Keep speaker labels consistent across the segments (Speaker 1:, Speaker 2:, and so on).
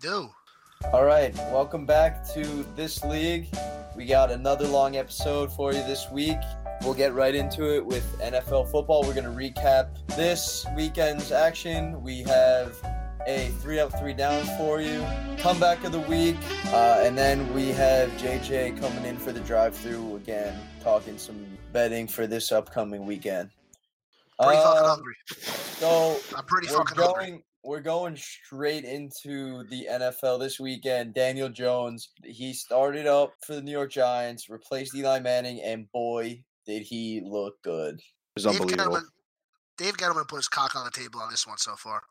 Speaker 1: do.
Speaker 2: All right, welcome back to this league. We got another long episode for you this week. We'll get right into it with NFL football. We're going to recap this weekend's action. We have a three up, three down for you, comeback of the week, uh, and then we have JJ coming in for the drive through again, talking some betting for this upcoming weekend.
Speaker 3: Uh,
Speaker 1: Pretty fucking
Speaker 2: Um,
Speaker 1: hungry.
Speaker 2: so
Speaker 1: I'm pretty
Speaker 2: we're
Speaker 1: fucking hungry.
Speaker 2: going we're going straight into the NFL this weekend. Daniel Jones, he started up for the New York Giants, replaced Eli Manning, and boy, did he look good.
Speaker 3: It was
Speaker 1: Dave
Speaker 3: unbelievable.
Speaker 1: Gettleman, Dave Gettleman put his cock on the table on this one so far.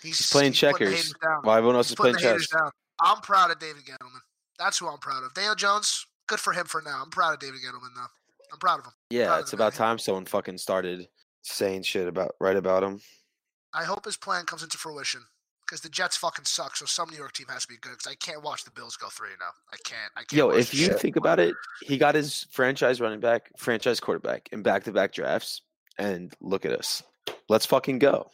Speaker 1: He's,
Speaker 3: playing
Speaker 1: he's putting the
Speaker 3: checkers.
Speaker 1: haters down.
Speaker 3: While everyone else
Speaker 1: He's
Speaker 3: is
Speaker 1: putting
Speaker 3: playing
Speaker 1: the haters
Speaker 3: chess.
Speaker 1: down. I'm proud of David Gettleman. That's who I'm proud of. Daniel Jones, good for him for now. I'm proud of David Gettleman though. I'm proud of him. proud
Speaker 3: Yeah,
Speaker 1: of
Speaker 3: it's
Speaker 1: the
Speaker 3: about
Speaker 1: guy.
Speaker 3: time someone fucking started saying shit about right about him.
Speaker 1: I hope his plan comes into fruition because the Jets fucking suck. So some New York team has to be good because I can't watch the Bills go three now. I can't. I can't.
Speaker 3: Yo,
Speaker 1: watch
Speaker 3: if
Speaker 1: the
Speaker 3: you
Speaker 1: shit.
Speaker 3: think about it, he got his franchise running back, franchise quarterback in back to back drafts. And look at us. Let's fucking go.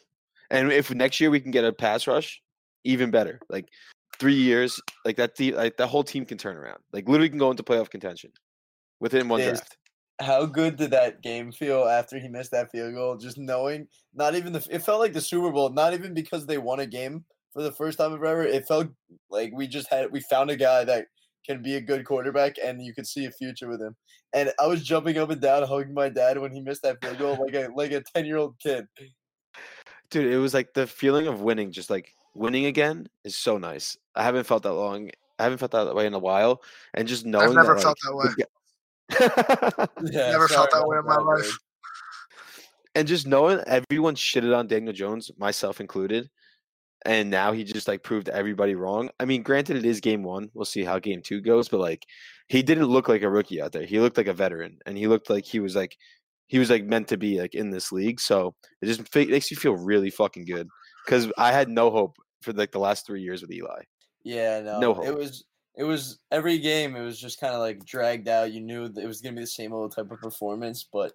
Speaker 3: And if next year we can get a pass rush, even better. Like three years, like that the like that whole team can turn around. Like literally can go into playoff contention within one
Speaker 2: There's-
Speaker 3: draft.
Speaker 2: How good did that game feel after he missed that field goal? Just knowing, not even the it felt like the Super Bowl. Not even because they won a game for the first time in forever. It felt like we just had we found a guy that can be a good quarterback, and you could see a future with him. And I was jumping up and down, hugging my dad when he missed that field goal, like a like a ten year old kid.
Speaker 3: Dude, it was like the feeling of winning, just like winning again is so nice. I haven't felt that long. I haven't felt that way in a while. And just knowing
Speaker 1: I've never
Speaker 3: that,
Speaker 1: felt that way.
Speaker 3: like, the g-
Speaker 2: Yeah,
Speaker 1: Never felt
Speaker 2: sorry
Speaker 1: that way
Speaker 2: about
Speaker 1: in my life.
Speaker 2: dude.
Speaker 3: and just knowing everyone shitted on Daniel Jones, myself included, and now he just like proved everybody wrong. I mean, granted, it is game one. We'll see how game two goes, but like he didn't look like a rookie out there. He looked like a veteran, and he looked like he was like he was like meant to be like in this league. So it just fe- makes you feel really fucking good because I had no hope for like the last three years with Eli.
Speaker 2: Yeah, no,
Speaker 3: No
Speaker 2: it
Speaker 3: hope.
Speaker 2: was it was every game. It was just kind of like dragged out. You knew that it was gonna be the same old type of performance, but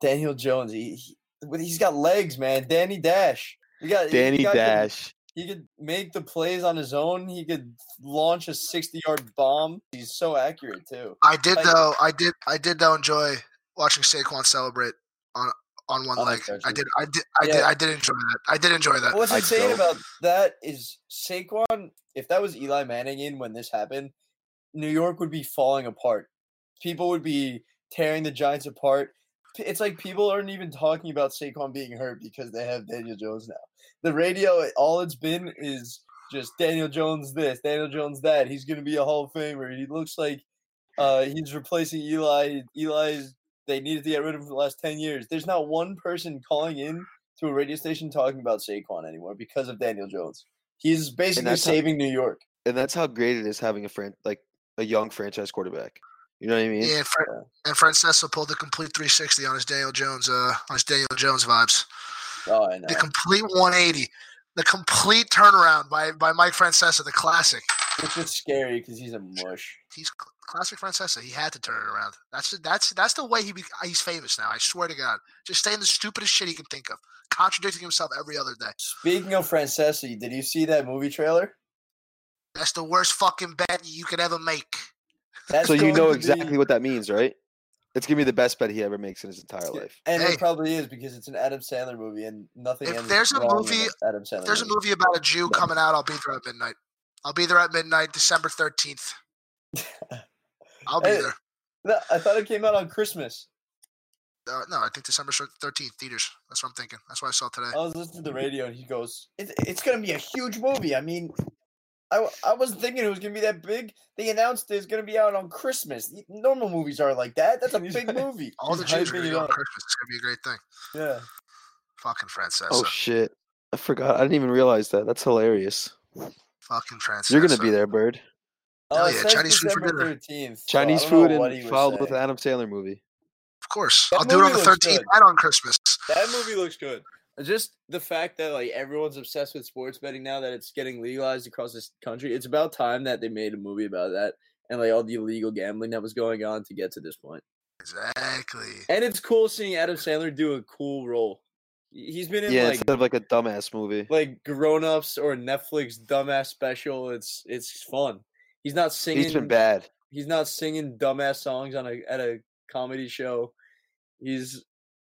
Speaker 2: Daniel Jones, he, he with- he's got legs, man. Danny Dash, you got he-
Speaker 3: Danny
Speaker 2: he got the-
Speaker 3: Dash.
Speaker 2: he could make the plays on his own. He could launch a sixty-yard bomb. He's so accurate too.
Speaker 1: I did
Speaker 2: Like-
Speaker 1: though. I did. I did though enjoy watching Saquon celebrate on on one
Speaker 2: On the
Speaker 1: leg. I
Speaker 2: catches.
Speaker 1: did. I did. I did.
Speaker 2: Yeah.
Speaker 1: I did enjoy that. I did enjoy that.
Speaker 2: What's
Speaker 3: I
Speaker 2: insane
Speaker 3: don't-
Speaker 2: about that is Saquon. If that was Eli Manning in when this happened, New York would be falling apart. People would be tearing the Giants apart. P- It's like people aren't even talking about Saquon being hurt because they have Daniel Jones now. The radio, all it's been is just Daniel Jones this, Daniel Jones that. He's going to be a Hall of Famer. He looks like uh, he's replacing Eli. Eli's they needed to get rid of him for the last ten years. There's not one person calling in to a radio station talking about Saquon anymore because of Daniel Jones. He's basically
Speaker 3: that's how-
Speaker 2: saving New York.
Speaker 3: And that's how great it is having a fran- like a young franchise quarterback. You know what I mean?
Speaker 1: Yeah, and, Fran- and Francesa pulled the complete 360 on his Daniel Jones. Uh, on his Daniel Jones vibes.
Speaker 2: Oh, I know.
Speaker 1: The complete 180. The complete turnaround by by Mike Francesa, the classic.
Speaker 2: Which is scary because he's a mush.
Speaker 1: He's cl- classic Francesa. He had to turn it around. That's that's that's the way he be- he's famous now. I swear to God. Just saying the stupidest shit he can think of, contradicting himself every other day.
Speaker 2: Speaking of Francesi, did you see that movie trailer?
Speaker 1: That's the worst fucking bet you could ever make.
Speaker 2: That's
Speaker 3: so you
Speaker 2: going
Speaker 3: know
Speaker 2: to be-
Speaker 3: exactly what that means, right? It's gonna be the best bet he ever makes in his entire life.
Speaker 2: and
Speaker 1: Hey.
Speaker 2: it probably is because it's an Adam Sandler movie, and nothing.
Speaker 1: If
Speaker 2: ends
Speaker 1: there's a
Speaker 2: wrong in
Speaker 1: movie-
Speaker 2: an Adam Sandler.
Speaker 1: If there's a
Speaker 2: movie.
Speaker 1: movie about a Jew
Speaker 2: Uh, No.
Speaker 1: coming out, I'll be there at midnight. I'll be there at midnight, December 13th. I'll be
Speaker 2: Hey.
Speaker 1: there.
Speaker 2: No, I thought it came out on Christmas.
Speaker 1: Uh, no, I think December shir- 13th theaters. That's what I'm thinking. That's what I saw today.
Speaker 2: I was listening
Speaker 1: Mm-hmm.
Speaker 2: to the radio, and he goes, "It's it's gonna be a huge movie." I mean, I w- I wasn't thinking it was gonna be that big. They announced it's gonna be out on Christmas. Y- Normal movies are like that. That's a
Speaker 3: He's
Speaker 2: big
Speaker 3: right.
Speaker 2: movie.
Speaker 1: All the
Speaker 2: He's
Speaker 1: Jews are
Speaker 2: hyping
Speaker 1: going to
Speaker 2: it
Speaker 1: go on
Speaker 2: up.
Speaker 1: Christmas. It's going to be a great thing.
Speaker 2: Yeah.
Speaker 1: Fucking Francesa.
Speaker 3: Oh shit! I forgot. I didn't even realize that. That's hilarious.
Speaker 1: fucking Francesa.
Speaker 3: You're gonna be there, Bird.
Speaker 1: Hell
Speaker 2: Oh, it
Speaker 1: yeah,
Speaker 2: says
Speaker 1: Chinese food for
Speaker 2: December
Speaker 1: dinner.
Speaker 2: thirteenth.
Speaker 3: Chinese food and followed with an Adam Sandler movie.
Speaker 1: Of course.
Speaker 2: That
Speaker 1: I'll do it on
Speaker 2: movie
Speaker 1: the
Speaker 2: looks
Speaker 1: 13th
Speaker 2: good.
Speaker 1: and on Christmas.
Speaker 2: That movie looks good. Just the fact that like everyone's obsessed with sports betting now that it's getting legalized across this country. It's about time that they made a movie about that and like all the illegal gambling that was going on to get to this point.
Speaker 1: Exactly.
Speaker 2: And it's cool seeing Adam Sandler do a cool role. He's been in
Speaker 3: yeah,
Speaker 2: like
Speaker 3: instead of like a dumbass movie.
Speaker 2: like grown ups or Netflix dumbass special. It's it's fun. He's not singing.
Speaker 3: He's been bad.
Speaker 2: He's not singing dumbass songs on a at a comedy show. He's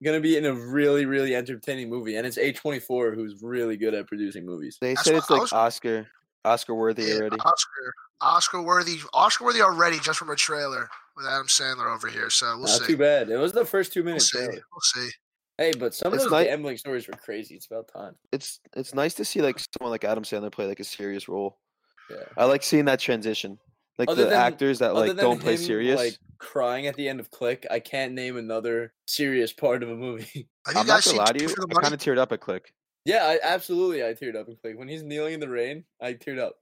Speaker 2: gonna be in a really really entertaining movie, and it's A twenty four who's really good at producing movies.
Speaker 3: They
Speaker 1: That's
Speaker 3: said
Speaker 1: what
Speaker 3: it's
Speaker 1: I
Speaker 3: like
Speaker 1: was-
Speaker 3: Oscar Oscar worthy
Speaker 1: Yeah,
Speaker 3: already.
Speaker 1: Oscar, Oscar worthy, Oscar worthy already just from a trailer with Adam Sandler over here. So we'll
Speaker 2: not
Speaker 1: see.
Speaker 2: too bad. It was the first two
Speaker 1: We'll
Speaker 2: minutes.
Speaker 1: see.
Speaker 2: really.
Speaker 1: We'll see.
Speaker 2: Hey, but some
Speaker 3: It's
Speaker 2: of those
Speaker 3: nice-
Speaker 2: gambling stories were crazy. It's about time.
Speaker 3: It's it's nice to see like someone like Adam Sandler play like a serious role.
Speaker 2: Yeah.
Speaker 3: I like seeing that transition. Like
Speaker 2: Other
Speaker 3: the
Speaker 2: than-
Speaker 3: actors that
Speaker 2: Other
Speaker 3: like
Speaker 2: than
Speaker 3: don't play
Speaker 2: him,
Speaker 3: serious.
Speaker 2: like crying at the end of Click, I can't name another serious part of a movie.
Speaker 1: Have you guys
Speaker 3: I'm not gonna
Speaker 1: seen
Speaker 3: lie
Speaker 1: Two
Speaker 3: to you.
Speaker 1: for the
Speaker 3: I
Speaker 1: Money?
Speaker 3: kind of teared up at Click.
Speaker 2: yeah, I absolutely I teared up in Click. When he's kneeling in the rain, I teared up.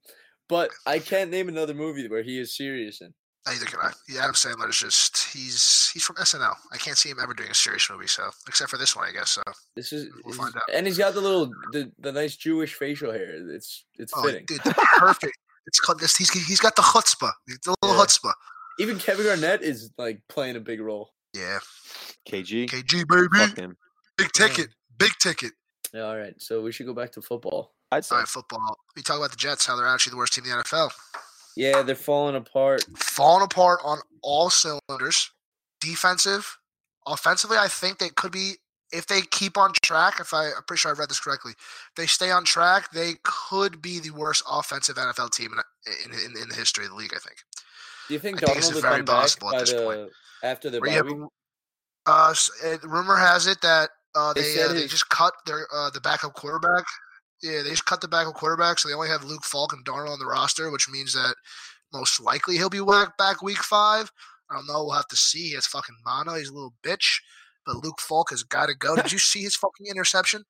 Speaker 2: But I can't name another movie where he is serious in.
Speaker 1: Neither can I. Yeah, Adam Sandler is just he's he's from SNL. I can't see him ever doing a serious movie. So except for this one, I guess. So
Speaker 2: This is
Speaker 1: We'll
Speaker 2: he's-
Speaker 1: find out.
Speaker 2: and he's got the little the, the nice Jewish facial hair. It's it's
Speaker 1: oh,
Speaker 2: fitting.
Speaker 1: dude, perfect. It's called this. He's he's got the chutzpah, the little
Speaker 2: Yeah.
Speaker 1: chutzpah.
Speaker 2: Even Kevin Garnett is like playing a big role.
Speaker 1: Yeah,
Speaker 3: KG.
Speaker 1: KG
Speaker 3: Fuck
Speaker 1: baby,
Speaker 3: him.
Speaker 1: big ticket, big ticket.
Speaker 2: Yeah, all right, so we should go back to football.
Speaker 3: I'd say
Speaker 1: All right, football. We talk about the Jets, how they're actually the worst team in the NFL.
Speaker 2: Yeah, they're falling apart.
Speaker 1: falling apart on all cylinders. Defensive, offensively, I think they could be if they keep on track. If I, I'm pretty sure I read this correctly, they stay on track. They could be the worst offensive NFL team in in, in, in the history of the league. I think.
Speaker 2: Do you think
Speaker 1: I think it's
Speaker 2: Donald will
Speaker 1: very
Speaker 2: come back
Speaker 1: possible at
Speaker 2: by
Speaker 1: this
Speaker 2: the
Speaker 1: point.
Speaker 2: after the
Speaker 1: Where
Speaker 2: bye
Speaker 1: you have
Speaker 2: week?
Speaker 1: a- uh, s- uh, rumor has it that uh,
Speaker 2: They
Speaker 1: they
Speaker 2: said
Speaker 1: uh, they
Speaker 2: his-
Speaker 1: just cut their uh, the backup quarterback. Yeah, they just cut the backup quarterback, so they only have Luke Falk and Darnold on the roster, which means that most likely he'll be back back week five. I don't know. We'll have to see. He has fucking mono. He's a little bitch. But Luke Falk has got to go. Did you see his fucking interception?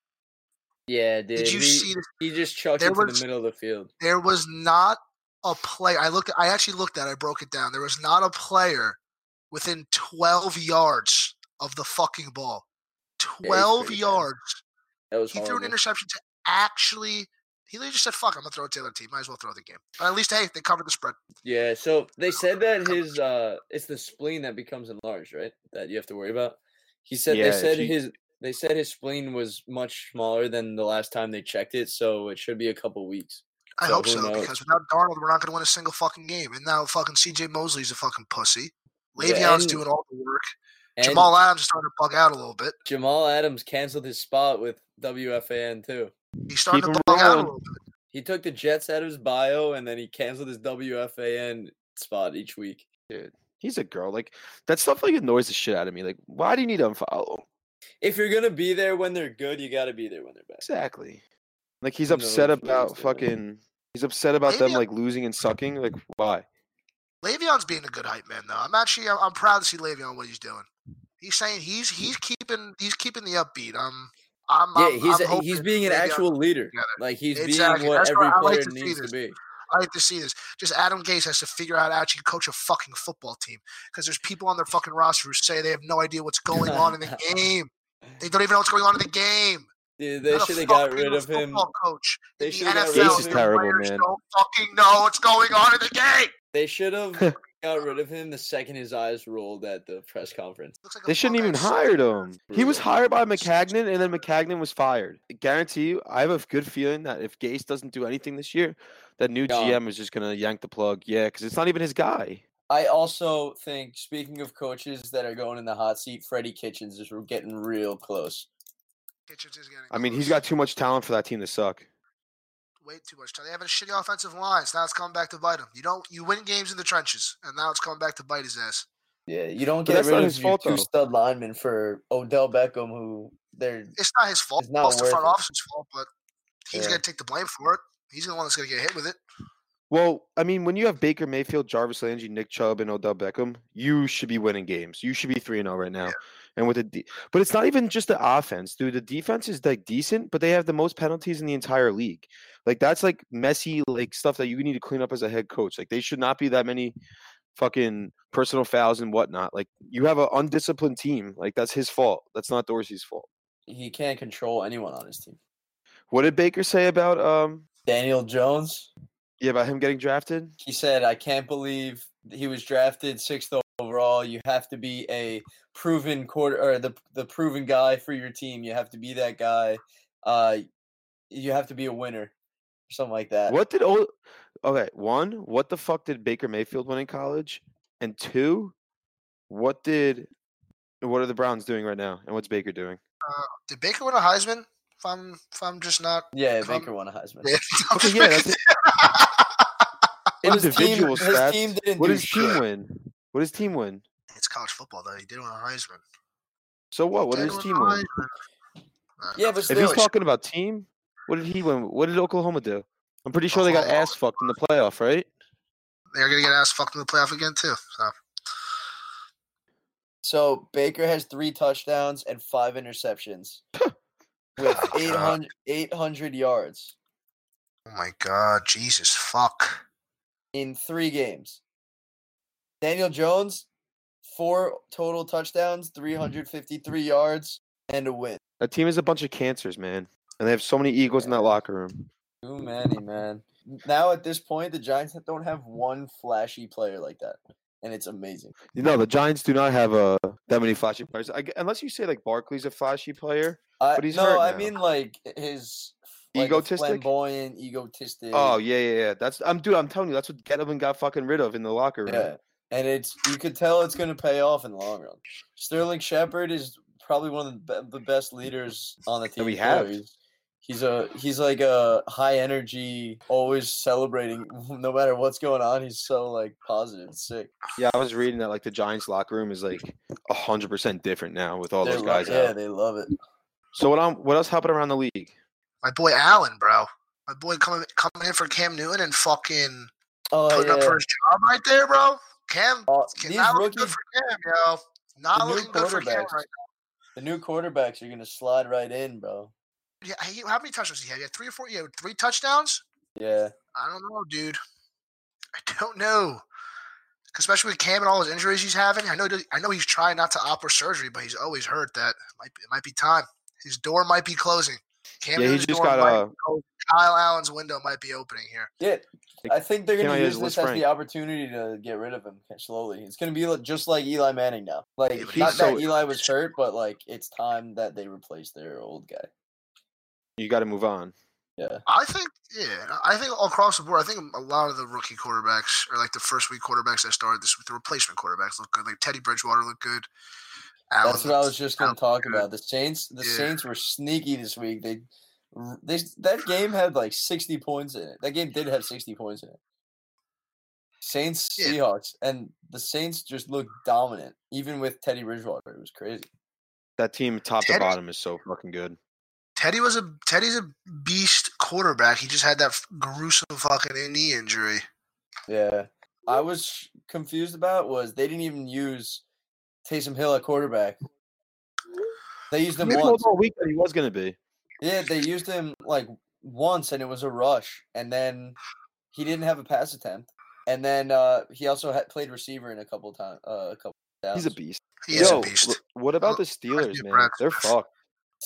Speaker 2: Yeah, dude.
Speaker 1: Did you
Speaker 2: he,
Speaker 1: see? The,
Speaker 2: he just chucked
Speaker 1: there
Speaker 2: it to the
Speaker 1: was-
Speaker 2: middle of the field.
Speaker 1: there was not a play. I looked. I actually looked at. it, I broke it down. There was not a player within twelve yards of the fucking ball.
Speaker 2: pretty
Speaker 1: Twelve
Speaker 2: bad.
Speaker 1: yards.
Speaker 2: That was
Speaker 1: he
Speaker 2: horrible.
Speaker 1: threw an interception to actually. He literally just said, "Fuck, I'm gonna throw it to the other team. Might as well throw the game." But at least, hey, they covered the spread.
Speaker 2: Yeah, so they said that his uh it's the spleen that becomes enlarged, right? That you have to worry about. He said
Speaker 3: Yeah,
Speaker 2: they
Speaker 3: if
Speaker 2: said
Speaker 3: you-
Speaker 2: his they said his spleen was much smaller than the last time they checked it, so it should be a couple weeks.
Speaker 1: I
Speaker 2: So
Speaker 1: hope
Speaker 2: who
Speaker 1: so
Speaker 2: knows?
Speaker 1: because without Darnold, we're not gonna win a single fucking game. And now fucking C.J. Mosley's a fucking pussy.
Speaker 2: Yeah,
Speaker 1: Le'Veon's
Speaker 2: and-
Speaker 1: doing all the work.
Speaker 2: And
Speaker 1: Jamal Adams is starting to bug out a little bit.
Speaker 2: Jamal Adams canceled his spot with WFAN too.
Speaker 1: He's starting
Speaker 3: Keep
Speaker 1: to
Speaker 3: him
Speaker 1: bug out a
Speaker 3: rolling.
Speaker 1: little bit.
Speaker 2: He took the Jets out of his bio and then he canceled his WFAN spot each week.
Speaker 3: he's a girl. Like that stuff like annoys the shit out of me. Like, why do you need to unfollow?
Speaker 2: If you're gonna be there when they're good, you gotta be there when they're bad.
Speaker 3: Exactly. Like he's
Speaker 2: Who
Speaker 3: upset
Speaker 2: knows what
Speaker 3: about
Speaker 2: he's doing.
Speaker 3: fucking. He's upset about them
Speaker 1: Le'Veon-
Speaker 3: like losing and sucking. Like why?
Speaker 1: Le'Veon's being a good hype man though. I'm actually I'm, I'm proud to see Le'Veon what he's doing. He's saying he's he's keeping he's keeping the upbeat. Um, I'm,
Speaker 2: Yeah,
Speaker 1: I'm,
Speaker 2: he's
Speaker 1: I'm
Speaker 2: a- he's
Speaker 1: hoping
Speaker 2: being an
Speaker 1: Le'Veon-
Speaker 2: actual leader.
Speaker 1: together.
Speaker 2: Like he's
Speaker 1: Exactly,
Speaker 2: being what
Speaker 1: that's what
Speaker 2: every
Speaker 1: I like
Speaker 2: player
Speaker 1: to see
Speaker 2: needs to
Speaker 1: this.
Speaker 2: be.
Speaker 1: I like to see this. Just Adam Gase has to figure out how to actually coach a fucking football team because there's people on their fucking roster who say they have no idea what's going on in the game. They don't even know what's going on in the game.
Speaker 2: Dude, they
Speaker 1: How the
Speaker 2: should have
Speaker 1: fuck
Speaker 2: got
Speaker 1: do you
Speaker 2: rid
Speaker 1: have a
Speaker 2: of him.
Speaker 1: Football coach.
Speaker 2: They
Speaker 1: in the
Speaker 2: should've got
Speaker 1: NFL,
Speaker 2: rid of him. This is
Speaker 1: the
Speaker 3: terrible,
Speaker 1: players
Speaker 3: man.
Speaker 1: Don't fucking know what's going on in the game.
Speaker 2: They should have got rid of him the second his eyes rolled at the press conference.
Speaker 1: Looks like a
Speaker 3: They shouldn't
Speaker 1: fucking
Speaker 3: even hired him. He was
Speaker 2: Brutal.
Speaker 3: hired by McCagnon, and then McCagnon was fired. I guarantee you, I have a good feeling that if Gase doesn't do anything this year, that new
Speaker 2: Gone.
Speaker 3: GM is just gonna yank the plug. Yeah, because it's not even his guy.
Speaker 2: I also think, speaking of coaches that are going in the hot seat, Freddie Kitchens is getting real close.
Speaker 1: Kitchens is getting
Speaker 3: I mean,
Speaker 1: close.
Speaker 3: he's got too much talent for that team to suck.
Speaker 1: way too much time. They have a shitty offensive line. So now it's coming back to bite him. You don't you win games in the trenches, and now it's coming back to bite his ass.
Speaker 2: Yeah, you don't
Speaker 3: But
Speaker 2: get
Speaker 3: that's
Speaker 2: rid
Speaker 3: not
Speaker 2: of
Speaker 3: his
Speaker 2: your
Speaker 3: fault,
Speaker 2: two
Speaker 3: though.
Speaker 2: stud linemen for Odell Beckham, who they're
Speaker 1: It's not his fault.
Speaker 2: It's
Speaker 1: It's,
Speaker 2: not
Speaker 1: the
Speaker 2: worth
Speaker 1: front
Speaker 2: it.
Speaker 1: office's fault, but he's
Speaker 2: Yeah.
Speaker 1: gonna take the blame for it. He's the one that's gonna get hit with it.
Speaker 3: Well, I mean, when you have Baker Mayfield, Jarvis Landry, Nick Chubb, and Odell Beckham, you should be winning games. You should be three and zero right now. And with the, de- but it's not even just the offense, dude. The defense is like decent, but they have the most penalties in the entire league. Like that's like messy, like stuff that you need to clean up as a head coach. Like they should not be that many fucking personal fouls and whatnot. Like you have an undisciplined team. Like that's his fault. That's not Dorsey's fault.
Speaker 2: he can't control anyone on his team.
Speaker 3: What did Baker say about um
Speaker 2: Daniel Jones,
Speaker 3: yeah about him getting drafted?
Speaker 2: he said, "I can't believe he was drafted sixth overall. You have to be a proven quarter or the the proven guy for your team. You have to be that guy. Uh, you have to be a winner, something like that.
Speaker 3: What did old? Okay, one. What the fuck did Baker Mayfield win in college? And two, what did? What are the Browns doing right now? And what's Baker doing?
Speaker 1: Did Baker win a Heisman? If I'm if I'm just not.
Speaker 2: Yeah,
Speaker 1: Come-
Speaker 2: Baker won a Heisman.
Speaker 1: Yeah, I'm
Speaker 3: Okay,
Speaker 1: just
Speaker 3: yeah,
Speaker 1: making-
Speaker 3: that's it.
Speaker 2: And his team,
Speaker 3: individual
Speaker 2: his
Speaker 3: stats.
Speaker 2: team didn't
Speaker 3: What
Speaker 2: do
Speaker 3: does team
Speaker 2: shit.
Speaker 3: win? What does team win?
Speaker 1: it's college football though. He did win a Heisman.
Speaker 3: So what? What
Speaker 1: Did
Speaker 3: does
Speaker 1: win
Speaker 3: team
Speaker 1: a
Speaker 3: win?
Speaker 1: Heisman. Uh,
Speaker 2: Yeah, but
Speaker 3: If he's
Speaker 2: still,
Speaker 3: talking about team, what did he win? What did Oklahoma do? I'm pretty sure they got ass fucked in the playoff, right?
Speaker 1: they're gonna get ass fucked in the playoff again too. So
Speaker 2: so Baker has three touchdowns and five interceptions with
Speaker 1: Oh, God.
Speaker 2: 800, 800 yards
Speaker 1: Oh my god, Jesus fuck.
Speaker 2: in three games. Daniel Jones, four total touchdowns, 353 yards, and a win.
Speaker 3: That team is a bunch of cancers, man. And they have so many egos in that locker room.
Speaker 2: Too many, man. Now at this point, the Giants don't have one flashy player like that, and it's amazing.
Speaker 3: You know, the Giants do not have uh, that many flashy players. I g unless you say like Barkley's a flashy player.
Speaker 2: I,
Speaker 3: But he's
Speaker 2: no,
Speaker 3: hurt
Speaker 2: I
Speaker 3: now.
Speaker 2: mean like his like, a
Speaker 3: Egotistic?
Speaker 2: flamboyant, egotistic.
Speaker 3: Oh yeah, yeah, yeah. That's I'm dude. I'm telling you, that's what Gettleman got fucking rid of in the locker room.
Speaker 2: yeah, and it's you could tell it's going to pay off in the long run. Sterling Shepard is probably one of the, be- the best leaders on the team.
Speaker 3: we
Speaker 2: too.
Speaker 3: have.
Speaker 2: He's, he's a he's like a high energy, always celebrating no matter what's going on. He's so like positive, it's sick.
Speaker 3: Yeah, I was reading that like the Giants locker room is like hundred percent different now with all
Speaker 2: They
Speaker 3: those
Speaker 2: lo-
Speaker 3: guys
Speaker 2: yeah,
Speaker 3: out.
Speaker 2: they love it.
Speaker 3: So what? I'm, what else happened around the league?
Speaker 1: My boy Allen, bro. My boy coming coming in for Cam Newton and fucking
Speaker 2: Oh
Speaker 1: putting up
Speaker 2: yeah.
Speaker 1: for his job right there, bro. Cam
Speaker 2: Uh,
Speaker 1: can-
Speaker 2: these
Speaker 1: not looking
Speaker 2: rookie,
Speaker 1: good for Cam, yo.
Speaker 2: The
Speaker 1: Not
Speaker 2: new
Speaker 1: looking good for Cam
Speaker 2: quarterbacks.
Speaker 1: right
Speaker 2: the new quarterbacks are gonna slide right in, bro.
Speaker 1: now. Yeah, he, how many touchdowns he had? He had three or four. Yeah, three touchdowns.
Speaker 2: Yeah,
Speaker 1: I don't know, dude. I don't know. 'Cause Especially with Cam and all his injuries he's having, I know. I know he's trying not to opt for surgery, but he's always hurt that it might, it might be time. His door might be closing. Cam
Speaker 3: yeah, he
Speaker 1: Newton's
Speaker 3: just
Speaker 1: door
Speaker 3: got
Speaker 1: might-
Speaker 3: uh,
Speaker 1: Kyle Allen's window might be opening here.
Speaker 2: yeah.
Speaker 3: Like,
Speaker 2: I think they're
Speaker 3: Cam
Speaker 2: gonna
Speaker 3: Newton
Speaker 2: use
Speaker 3: was
Speaker 2: this as
Speaker 3: Frank.
Speaker 2: the opportunity to get rid of him slowly. It's gonna be like, just like Eli Manning now. Like
Speaker 1: Yeah, but
Speaker 2: not
Speaker 3: he's
Speaker 2: that
Speaker 3: so-
Speaker 2: Eli was hurt, but like it's time that they replace their old guy.
Speaker 3: you got to move on.
Speaker 2: Yeah,
Speaker 1: I think, yeah, I think all across the board, I think a lot of the rookie quarterbacks or like the first week quarterbacks that started this week, the replacement quarterbacks look good. Like Teddy Bridgewater looked good. Allen
Speaker 2: that's what I
Speaker 1: looked-
Speaker 2: was just gonna
Speaker 1: Allen
Speaker 2: talk
Speaker 1: good.
Speaker 2: about. The Saints, the
Speaker 1: Yeah.
Speaker 2: Saints were sneaky this week. They, they that game had like sixty points in it. That game did have sixty points in it. Saints
Speaker 1: Yeah.
Speaker 2: Seahawks and the Saints just looked dominant, even with Teddy Bridgewater. It was crazy.
Speaker 3: That team, top to
Speaker 1: Teddy-
Speaker 3: bottom, is so fucking good.
Speaker 1: Teddy was a Teddy's a beast quarterback. He just had that f- gruesome fucking knee injury.
Speaker 2: Yeah. I was sh- confused about was they didn't even use Taysom Hill at quarterback. They used him
Speaker 3: Maybe
Speaker 2: once.
Speaker 3: all week that he was gonna be.
Speaker 2: Yeah, they used him like once and it was a rush and then he didn't have a pass attempt. And then uh he also had played receiver in a couple times uh, a couple
Speaker 3: He's a
Speaker 2: downs.
Speaker 3: beast.
Speaker 1: He is
Speaker 3: Yo,
Speaker 1: a beast.
Speaker 3: wh- What about the Steelers,
Speaker 1: you,
Speaker 3: man?
Speaker 1: Brad.
Speaker 3: They're fucked.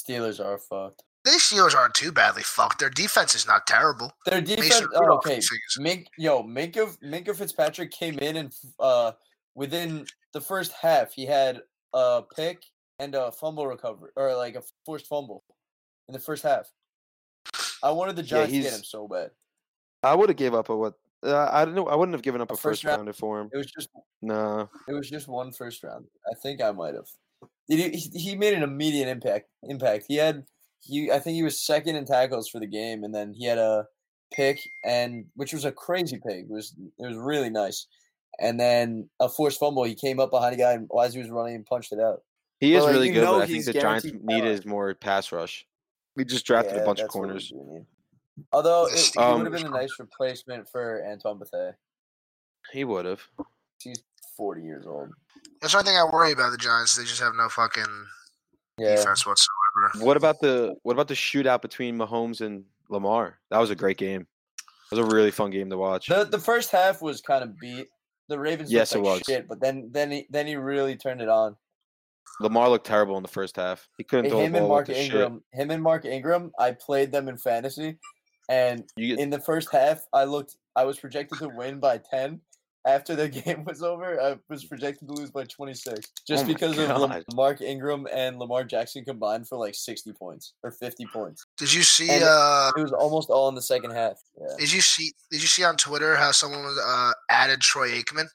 Speaker 2: Steelers are fucked.
Speaker 1: These Steelers aren't too badly fucked. Their defense is not terrible.
Speaker 2: Their defense oh,
Speaker 1: Rudolph
Speaker 2: okay.
Speaker 1: can figure some-
Speaker 2: Mink yo, Minka Minka Fitzpatrick came in and f- uh within the first half he had a pick and a fumble recovery or like a forced fumble in the first half. I wanted the Giants to get
Speaker 3: he's-
Speaker 2: him so bad.
Speaker 3: I would have gave up a what? Uh, I don't know. I wouldn't have given up a,
Speaker 2: A
Speaker 3: first
Speaker 2: first round-
Speaker 3: rounder for him.
Speaker 2: It was just
Speaker 3: Nah.
Speaker 2: it was just one first round. I think I might have. Did he, he he made an immediate impact impact. He had you I think he was second in tackles for the game and then he had a pick and which was a crazy pick. It was it was really nice. And then a forced fumble. He came up behind a guy and as he was running and punched it out.
Speaker 3: He
Speaker 2: But,
Speaker 3: is
Speaker 2: like,
Speaker 3: really
Speaker 2: you
Speaker 3: good,
Speaker 2: know
Speaker 3: but I think
Speaker 2: he's
Speaker 3: the Giants
Speaker 2: guaranteed
Speaker 3: need
Speaker 2: talent.
Speaker 3: is more pass rush. We just drafted
Speaker 2: Yeah,
Speaker 3: a bunch of
Speaker 2: that's what we
Speaker 3: corners.
Speaker 2: do need. Although it,
Speaker 1: Yes.
Speaker 2: would
Speaker 3: Um,
Speaker 2: have been a nice replacement for Antoine Bethea.
Speaker 3: He would have.
Speaker 2: He's forty years old.
Speaker 1: That's one thing I worry about the Giants. They just have no fucking
Speaker 2: Yeah.
Speaker 1: defense whatsoever.
Speaker 3: What about the what about the shootout between Mahomes and Lamar? That was a great game. It was a really fun game to watch.
Speaker 2: The the first half was kind of beat. The Ravens
Speaker 3: Yes,
Speaker 2: looked
Speaker 3: it
Speaker 2: like
Speaker 3: was.
Speaker 2: shit, but then then he then he really turned it on.
Speaker 3: Lamar looked terrible in the first half. He couldn't throw
Speaker 2: him
Speaker 3: the
Speaker 2: and
Speaker 3: ball
Speaker 2: Mark
Speaker 3: with the
Speaker 2: Ingram, him and Mark Ingram, I played them in fantasy, and
Speaker 3: shit. You get,
Speaker 2: in the first half, I looked, I was projected to win by ten, after the game was over, I was projected to lose by 26 just
Speaker 3: Oh my
Speaker 2: because of Lam-
Speaker 3: God.
Speaker 2: Mark Ingram and Lamar Jackson combined for like 60 points or 50 points.
Speaker 1: Did you see?
Speaker 2: And-
Speaker 1: uh,
Speaker 2: It was almost all in the second half. Yeah.
Speaker 1: did you see? Did you see on Twitter how someone was uh, added Troy Aikman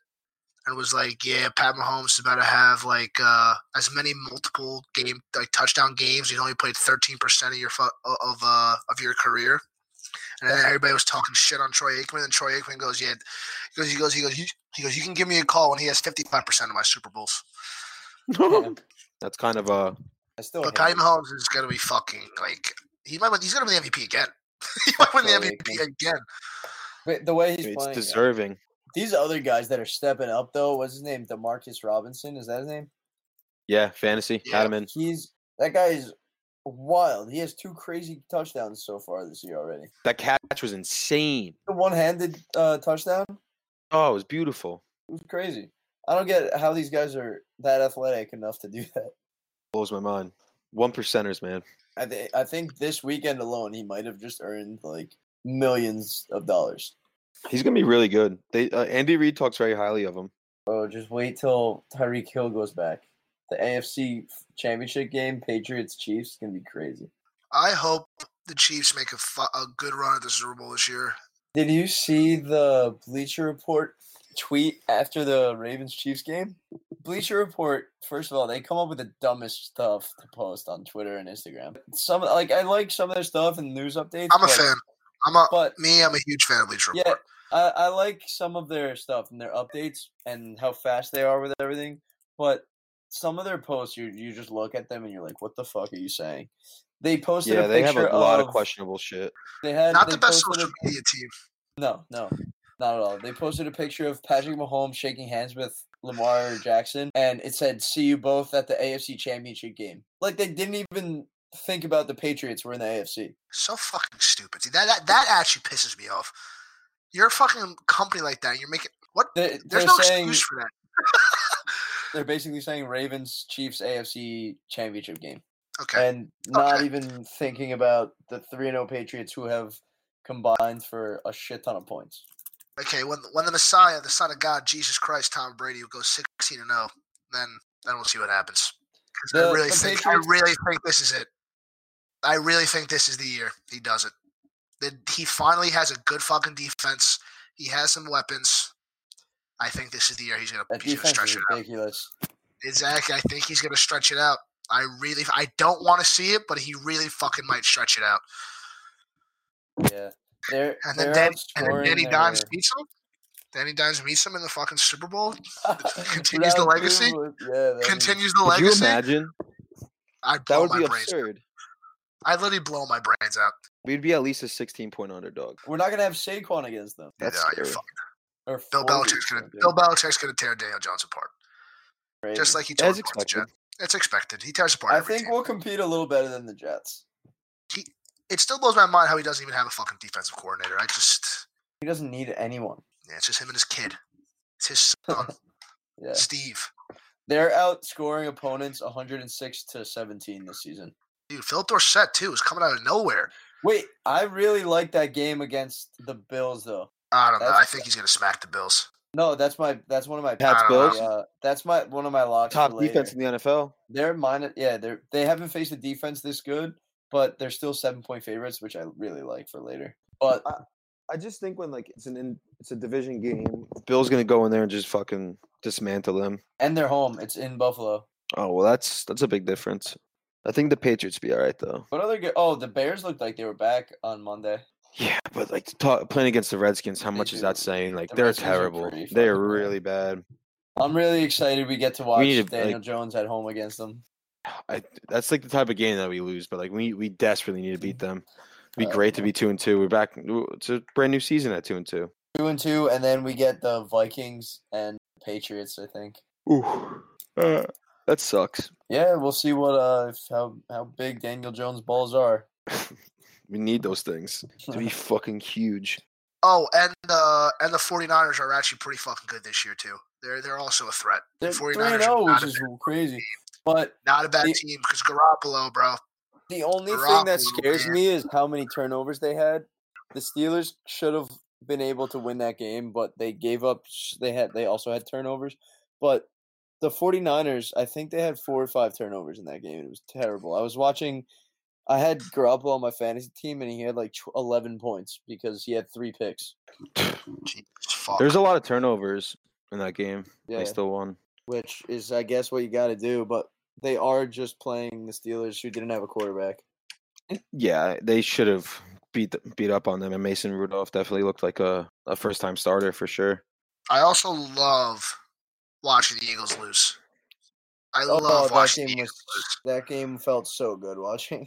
Speaker 1: and was like, "Yeah, Pat Mahomes is about to have like uh, as many multiple game like touchdown games. He's only played thirteen percent of your fu- of uh, of your career." And then everybody was talking shit on Troy Aikman, and Troy Aikman goes, "Yeah, he goes, he goes, he goes, "You- he goes. You can give me a call when he has fifty five percent of my Super Bowls."
Speaker 2: Yeah.
Speaker 3: That's kind of a
Speaker 2: I still
Speaker 1: But
Speaker 2: hate
Speaker 1: Patty
Speaker 2: it.
Speaker 1: Mahomes is gonna be fucking like he might win, he's gonna win the MVP again. he might win the
Speaker 2: Troy
Speaker 1: MVP again.
Speaker 2: But the way he's
Speaker 3: it's
Speaker 2: playing. yeah.
Speaker 3: deserving.
Speaker 2: These other guys that are stepping up though, what's his name? Demarcus Robinson, is that his name?
Speaker 3: Yeah, fantasy.
Speaker 1: Yeah.
Speaker 3: Had him in.
Speaker 2: He's that guy is wild. He has two crazy touchdowns so far this year already.
Speaker 3: That catch was insane.
Speaker 2: The one-handed uh, touchdown
Speaker 3: Oh, it was beautiful.
Speaker 2: was crazy. I don't get how these guys are that athletic enough to do that.
Speaker 3: Blows my mind. One percenters, man.
Speaker 2: I think I think this weekend alone he might have just earned like millions of dollars.
Speaker 3: He's gonna be really good. They uh, Andy Reid talks very highly of him.
Speaker 2: Oh, just wait till Tyreek Hill goes back. The AFC Championship game, Patriots Chiefs, is gonna be crazy.
Speaker 1: I hope the Chiefs make a, fu- a good run at the Super Bowl this year.
Speaker 2: Did you see the Bleacher Report tweet after the Ravens Chiefs game? Bleacher Report, first of all, they come up with the dumbest stuff to post on Twitter and Instagram. Some like I like some of their stuff and news updates.
Speaker 1: I'm a
Speaker 2: but-
Speaker 1: fan. I'm a
Speaker 2: But
Speaker 1: me. I'm a huge fan of Bleacher
Speaker 2: Yeah.
Speaker 1: Report.
Speaker 2: I, I like some of their stuff and their updates and how fast they are with everything, but some of their posts you you just look at them and you're like, what the fuck are you saying? They posted
Speaker 3: Yeah,
Speaker 2: a
Speaker 3: they have
Speaker 2: picture
Speaker 3: a lot
Speaker 2: of,
Speaker 3: of questionable shit.
Speaker 2: They had
Speaker 1: Not
Speaker 2: they
Speaker 1: the best
Speaker 2: posted
Speaker 1: social
Speaker 2: a-
Speaker 1: media team.
Speaker 2: no, no, not at all. They posted a picture of Patrick Mahomes shaking hands with Lamar Jackson, and it said, "See you both at the AFC Championship game." Like they didn't even think about the Patriots were in the AFC.
Speaker 1: So fucking stupid. See, that, that that actually pisses me off. You're a fucking company like that. You're making what?
Speaker 2: They,
Speaker 1: There's
Speaker 2: they're
Speaker 1: no
Speaker 2: saying
Speaker 1: excuse for that.
Speaker 2: they're basically saying Ravens Chiefs AFC Championship game.
Speaker 1: Okay.
Speaker 2: and not
Speaker 1: Okay.
Speaker 2: even thinking about the 3 0 Patriots who have combined for a shit ton of points.
Speaker 1: okay. When when the Messiah, the Son of God, Jesus Christ, Tom Brady, will go 16 and 0, then then we'll see what happens. 'Cause
Speaker 2: The-
Speaker 1: I really
Speaker 2: the
Speaker 1: think
Speaker 2: Patriots-
Speaker 1: I really think this is it. I really think this is the year he does it. That he finally has a good fucking defense. He has some weapons. I think this is the year he's gonna,
Speaker 2: That
Speaker 1: he's gonna
Speaker 2: defense
Speaker 1: stretch
Speaker 2: is
Speaker 1: it out.
Speaker 2: ridiculous.
Speaker 1: Exactly. I think he's gonna stretch it out. I really, I don't want to see it, but he really fucking might stretch it out.
Speaker 2: Yeah. They're,
Speaker 1: And
Speaker 2: they're
Speaker 1: then Danny, and then
Speaker 2: outscoring
Speaker 1: Danny
Speaker 2: their-
Speaker 1: Dimes beats him. Danny Dimes meets him in the fucking Super Bowl. continues the
Speaker 2: Round two
Speaker 1: legacy.
Speaker 2: was- Yeah, that is-
Speaker 1: Continues the
Speaker 3: Could you
Speaker 1: legacy.
Speaker 3: imagine?
Speaker 1: I'd
Speaker 3: That
Speaker 1: blow
Speaker 3: would
Speaker 1: my
Speaker 3: be
Speaker 1: brains.
Speaker 3: absurd.
Speaker 1: I'd literally blow my brains out.
Speaker 3: We'd be at least a 16 point underdog.
Speaker 2: We're not going to have Saquon against them.
Speaker 3: That's
Speaker 1: Yeah, you're
Speaker 3: scary.
Speaker 1: fucked.
Speaker 2: Or
Speaker 1: Bill
Speaker 2: 40
Speaker 1: Belichick's gonna
Speaker 2: something.
Speaker 1: Bill Belichick's gonna tear Daniel Jones apart,
Speaker 2: Crazy.
Speaker 1: just like he tore apart
Speaker 3: As
Speaker 1: the
Speaker 3: expected.
Speaker 1: Jets. It's expected. He tears apart
Speaker 2: I
Speaker 1: every
Speaker 2: think
Speaker 1: team.
Speaker 2: we'll compete a little better than the Jets.
Speaker 1: It still blows my mind how he doesn't even have a fucking defensive coordinator. I just,
Speaker 2: He doesn't need anyone.
Speaker 1: yeah, it's just him and his kid. It's his son,
Speaker 2: Yeah.
Speaker 1: Steve.
Speaker 2: They're outscoring opponents 106 to 17 this season.
Speaker 1: Dude, Philip Dorsett too is coming out of nowhere.
Speaker 2: Wait, I really like that game against the Bills though.
Speaker 1: I don't know. I
Speaker 2: That's-
Speaker 1: think he's gonna smack the Bills.
Speaker 2: No, that's my that's one of my
Speaker 3: Pats
Speaker 1: I don't know.
Speaker 3: Bills,
Speaker 2: uh, that's my one of my locks. for
Speaker 3: top defense in
Speaker 2: later.
Speaker 3: the NFL.
Speaker 2: They're minus yeah, they're they haven't faced a defense this good, but they're still seven point favorites, which I really like for later. But
Speaker 3: I just think when like it's an in, it's a division game, Bill's gonna go in there and just fucking dismantle him.
Speaker 2: and they're home. It's in Buffalo.
Speaker 3: Oh well, that's that's a big difference. I think the Patriots be all right though.
Speaker 2: What other good oh, the Bears looked like they were back on Monday.
Speaker 3: Yeah, but like ta- playing against the Redskins, how
Speaker 2: They
Speaker 3: much is
Speaker 2: do.
Speaker 3: that saying? Like
Speaker 2: The
Speaker 3: they're
Speaker 2: Redskins are
Speaker 3: terrible.
Speaker 2: pretty
Speaker 3: They are
Speaker 2: fucking bad.
Speaker 3: really bad.
Speaker 2: I'm really excited we get to watch
Speaker 3: need to,
Speaker 2: Daniel
Speaker 3: like-
Speaker 2: Jones at home against them.
Speaker 3: I, that's like the type of game that we lose. But like we we desperately need to beat them. It'd be
Speaker 2: Uh,
Speaker 3: great to be two and two. We're back. It's a brand new season at two and two.
Speaker 2: Two and two, and then we get the Vikings and Patriots, I think.
Speaker 3: Ooh, uh, that sucks.
Speaker 2: Yeah, we'll see what uh if- how how big Daniel Jones balls are.
Speaker 3: we need those things to be fucking huge.
Speaker 1: Oh, and uh, and the 49ers are actually pretty fucking good this year too. They're they're also a threat.
Speaker 2: They're
Speaker 1: 49ers
Speaker 2: 3
Speaker 1: are
Speaker 2: 0,
Speaker 1: not
Speaker 2: which
Speaker 1: a
Speaker 2: is crazy. But
Speaker 1: Not a bad
Speaker 2: The-
Speaker 1: team because Garoppolo, bro.
Speaker 2: the only thing that
Speaker 1: Garoppolo,
Speaker 2: scares
Speaker 1: man.
Speaker 2: me is how many turnovers they had. The Steelers should have been able to win that game, but they gave up. They had they also had turnovers, but the 49ers, I think they had four or five turnovers in that game. It was terrible. I was watching. I had Garoppolo on my fantasy team, and he had like tw- 11 points because he had three picks.
Speaker 1: Jeez, fuck.
Speaker 3: There's a lot of turnovers in that game.
Speaker 2: Yeah,
Speaker 3: They still won.
Speaker 2: which is, I guess, what you got to do. But they are just playing the Steelers, who didn't have a quarterback.
Speaker 3: Yeah, they should have beat th- beat up on them. And Mason Rudolph definitely looked like a, a first time starter for sure.
Speaker 1: I also love watching the Eagles lose. I
Speaker 2: Oh,
Speaker 1: love
Speaker 2: that
Speaker 1: watching the
Speaker 2: game was
Speaker 1: Eagles lose.
Speaker 2: that game felt so good watching.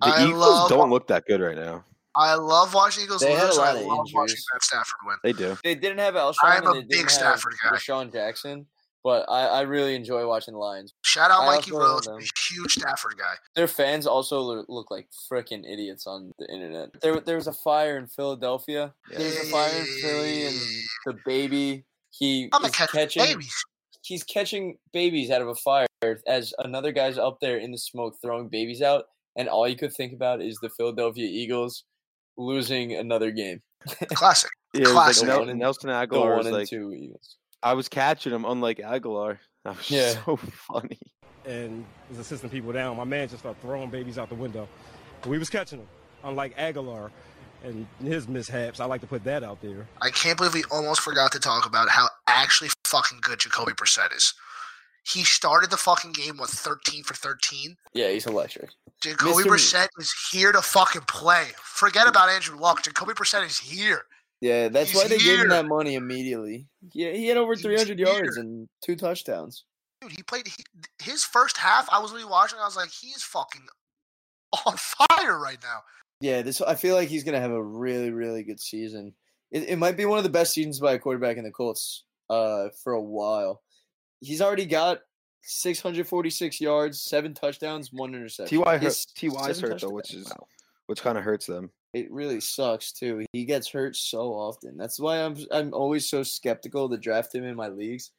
Speaker 3: The
Speaker 1: I
Speaker 3: Eagles
Speaker 1: love-
Speaker 3: don't look that good right now.
Speaker 1: I love watching Eagles
Speaker 2: They had a
Speaker 1: lose. I
Speaker 2: lot of
Speaker 1: love watching
Speaker 2: injuries.
Speaker 1: Matt Stafford win.
Speaker 3: They do.
Speaker 2: They didn't have Alshon.
Speaker 1: I'm
Speaker 2: and
Speaker 1: a
Speaker 2: they
Speaker 1: big
Speaker 2: didn't have
Speaker 1: Stafford guy.
Speaker 2: Deshaun Jackson, but I, I really enjoy watching the Lions.
Speaker 1: Shout out
Speaker 2: I
Speaker 1: Mikey
Speaker 2: also love
Speaker 1: Rhodes,
Speaker 2: them.
Speaker 1: a huge Stafford guy.
Speaker 2: Their fans also lo- look like freaking idiots on the internet. There, there was a fire in Philadelphia. There was a fire in Philly, and the baby he
Speaker 1: I'm a
Speaker 2: is
Speaker 1: catch
Speaker 2: catching.
Speaker 1: babies.
Speaker 2: He's catching babies out of a fire as another guy's up there in the smoke throwing babies out, and all you could think about is the Philadelphia Eagles losing another game.
Speaker 1: Classic.
Speaker 3: Yeah, it was
Speaker 1: Classic.
Speaker 3: like Nel-
Speaker 2: One and-
Speaker 3: Nelson
Speaker 2: The
Speaker 3: Aguilar
Speaker 2: one
Speaker 3: was
Speaker 2: and
Speaker 3: like,
Speaker 2: two Eagles.
Speaker 3: I was catching him, unlike Aguilar. That was
Speaker 2: Yeah.
Speaker 3: so funny.
Speaker 4: and was assisting people down. My man just started throwing babies out the window. We was catching them, unlike Aguilar and his mishaps. I like to put that out there.
Speaker 1: I can't believe we almost forgot to talk about how actually fucking good Jacoby Brissett is. He started the fucking game with 13 for 13.
Speaker 2: Yeah, he's electric.
Speaker 1: Jacoby
Speaker 2: Mr.
Speaker 1: Brissett is here to fucking play. Forget about Andrew Luck. Jacoby Brissett is here.
Speaker 2: Yeah, that's
Speaker 1: He's
Speaker 2: why they gave
Speaker 1: here.
Speaker 2: him that money immediately. Yeah, he had over
Speaker 1: He's
Speaker 2: 300
Speaker 1: here.
Speaker 2: yards and two touchdowns.
Speaker 1: Dude, he played he, his first half. I was really watching. I was like, he's fucking on fire right now.
Speaker 2: Yeah, this I feel like he's gonna have a really, really good season. It, it might be one of the best seasons by a quarterback in the Colts uh, for a while. He's already got 646 yards, seven touchdowns, one interception.
Speaker 3: Ty
Speaker 2: He
Speaker 3: hurt.
Speaker 2: has
Speaker 3: Ty's
Speaker 2: seven
Speaker 3: hurt though, which
Speaker 2: touchdowns.
Speaker 3: is which kind of hurts them.
Speaker 2: it really sucks too. He gets hurt so often. That's why I'm I'm always so skeptical to draft him in my leagues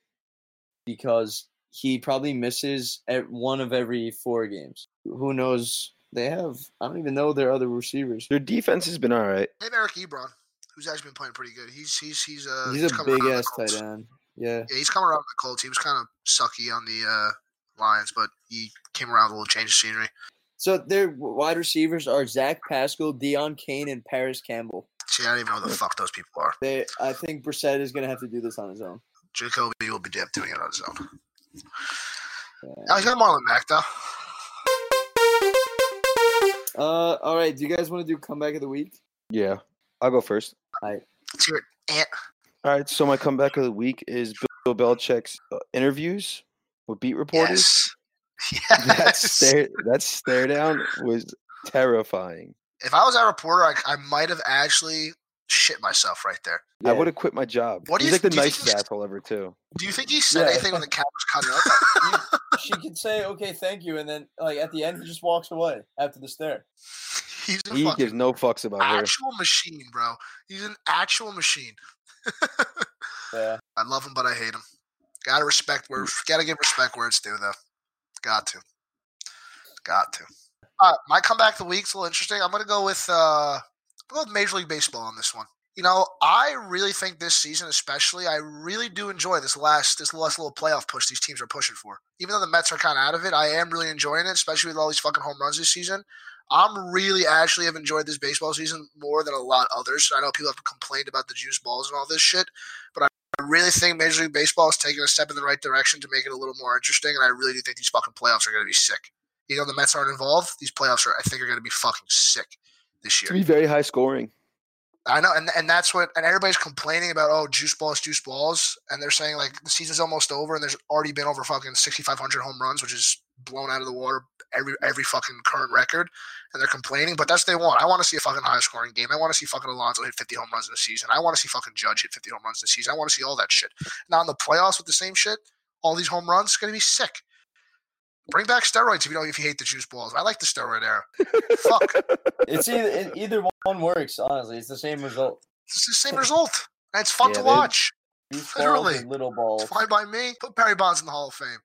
Speaker 2: because he probably misses at one of every four games. Who knows? They have I don't even know their other receivers.
Speaker 3: Their defense has been all right.
Speaker 1: They have Eric Ebron, who's actually been playing pretty good. He's he's he's uh
Speaker 2: He's a
Speaker 1: coming
Speaker 2: big
Speaker 1: around the
Speaker 2: ass
Speaker 1: Colts.
Speaker 2: tight end. Yeah.
Speaker 1: Yeah, he's coming around with the Colts. He was kind of sucky on the uh, Lions, but he came around with a little change of scenery.
Speaker 2: So their w- wide receivers are Zach Pascal, Deion Kane, and Paris Campbell.
Speaker 1: See, I don't even know who the fuck those people are.
Speaker 2: They I think Brissett is gonna have to do this on his own.
Speaker 1: Jacoby will be damn doing it on his own.
Speaker 2: Yeah.
Speaker 1: Now he's got Marlon Mack though.
Speaker 2: Uh, all right. Do you guys want to do comeback of the week?
Speaker 3: Yeah, I'll go first.
Speaker 1: Let's hear it. Ant.
Speaker 3: All right, so my comeback of the week is Bill Belichick's uh, interviews with beat reporters.
Speaker 1: Yes.
Speaker 3: That
Speaker 1: Yes.
Speaker 3: stare that stare down was terrifying.
Speaker 1: If I was a reporter, I, I might have actually shit myself right there.
Speaker 3: I
Speaker 2: Yeah.
Speaker 3: would have quit my job.
Speaker 1: What do
Speaker 3: He's
Speaker 1: you-
Speaker 3: like the
Speaker 1: do you think
Speaker 3: nicest
Speaker 1: he's-
Speaker 3: asshole ever too.
Speaker 1: Do you think he said
Speaker 2: Yeah.
Speaker 1: anything when the cat was cut
Speaker 2: No,
Speaker 1: up?
Speaker 2: you- she could say, "Okay, thank you," and then like at the end, he just walks away after the stare.
Speaker 1: He's a
Speaker 3: He
Speaker 1: fucking
Speaker 3: gives no fucks about her.
Speaker 1: actual machine, bro. He's an actual machine.
Speaker 2: Yeah,
Speaker 1: I love him, but I hate him. Gotta respect where
Speaker 3: Mm.
Speaker 1: gotta give respect where it's due, though. Got to. Got to. Uh, All right, my comeback of the week's a little interesting. I'm gonna go with uh I'm gonna go with Major League Baseball on this one. You know, I really think this season, especially, I really do enjoy this last this last little playoff push these teams are pushing for. Even though the Mets are kind of out of it, I am really enjoying it, especially with all these fucking home runs this season. I'm really actually have enjoyed this baseball season more than a lot of others. I know people have complained about the juice balls and all this shit, I really think Major League Baseball is taking a step in the right direction to make it a little more interesting, and I really do think these fucking playoffs are going to be sick. You know, the Mets aren't involved. These playoffs are, I think, are going to be fucking sick this
Speaker 3: To
Speaker 1: year.
Speaker 3: be very high scoring.
Speaker 1: I know, and and that's what, and everybody's complaining about, oh, juice balls, juice balls, and they're saying like the season's almost over, and there's already been over fucking 6,500 home runs, which is blown out of the water every every fucking current record, and they're complaining, but that's what they want. I want to see a fucking high scoring game. I want to see fucking Alonso hit 50 home runs in a season. I want to see fucking Judge hit 50 home runs in a season. I want to see all that shit. Now in the playoffs with the same shit, all these home runs, it's gonna be sick. Bring back steroids if you don't if you hate the juice balls. I like the steroid era. Fuck.
Speaker 2: it's either it, either one works. Honestly, it's the same result.
Speaker 1: It's the same result. And it's fun
Speaker 3: Yeah,
Speaker 1: to
Speaker 3: they-
Speaker 1: watch.
Speaker 2: Juice balls
Speaker 1: Literally.
Speaker 2: and little balls.
Speaker 1: It's fine by me. Put Barry Bonds in the Hall of Fame.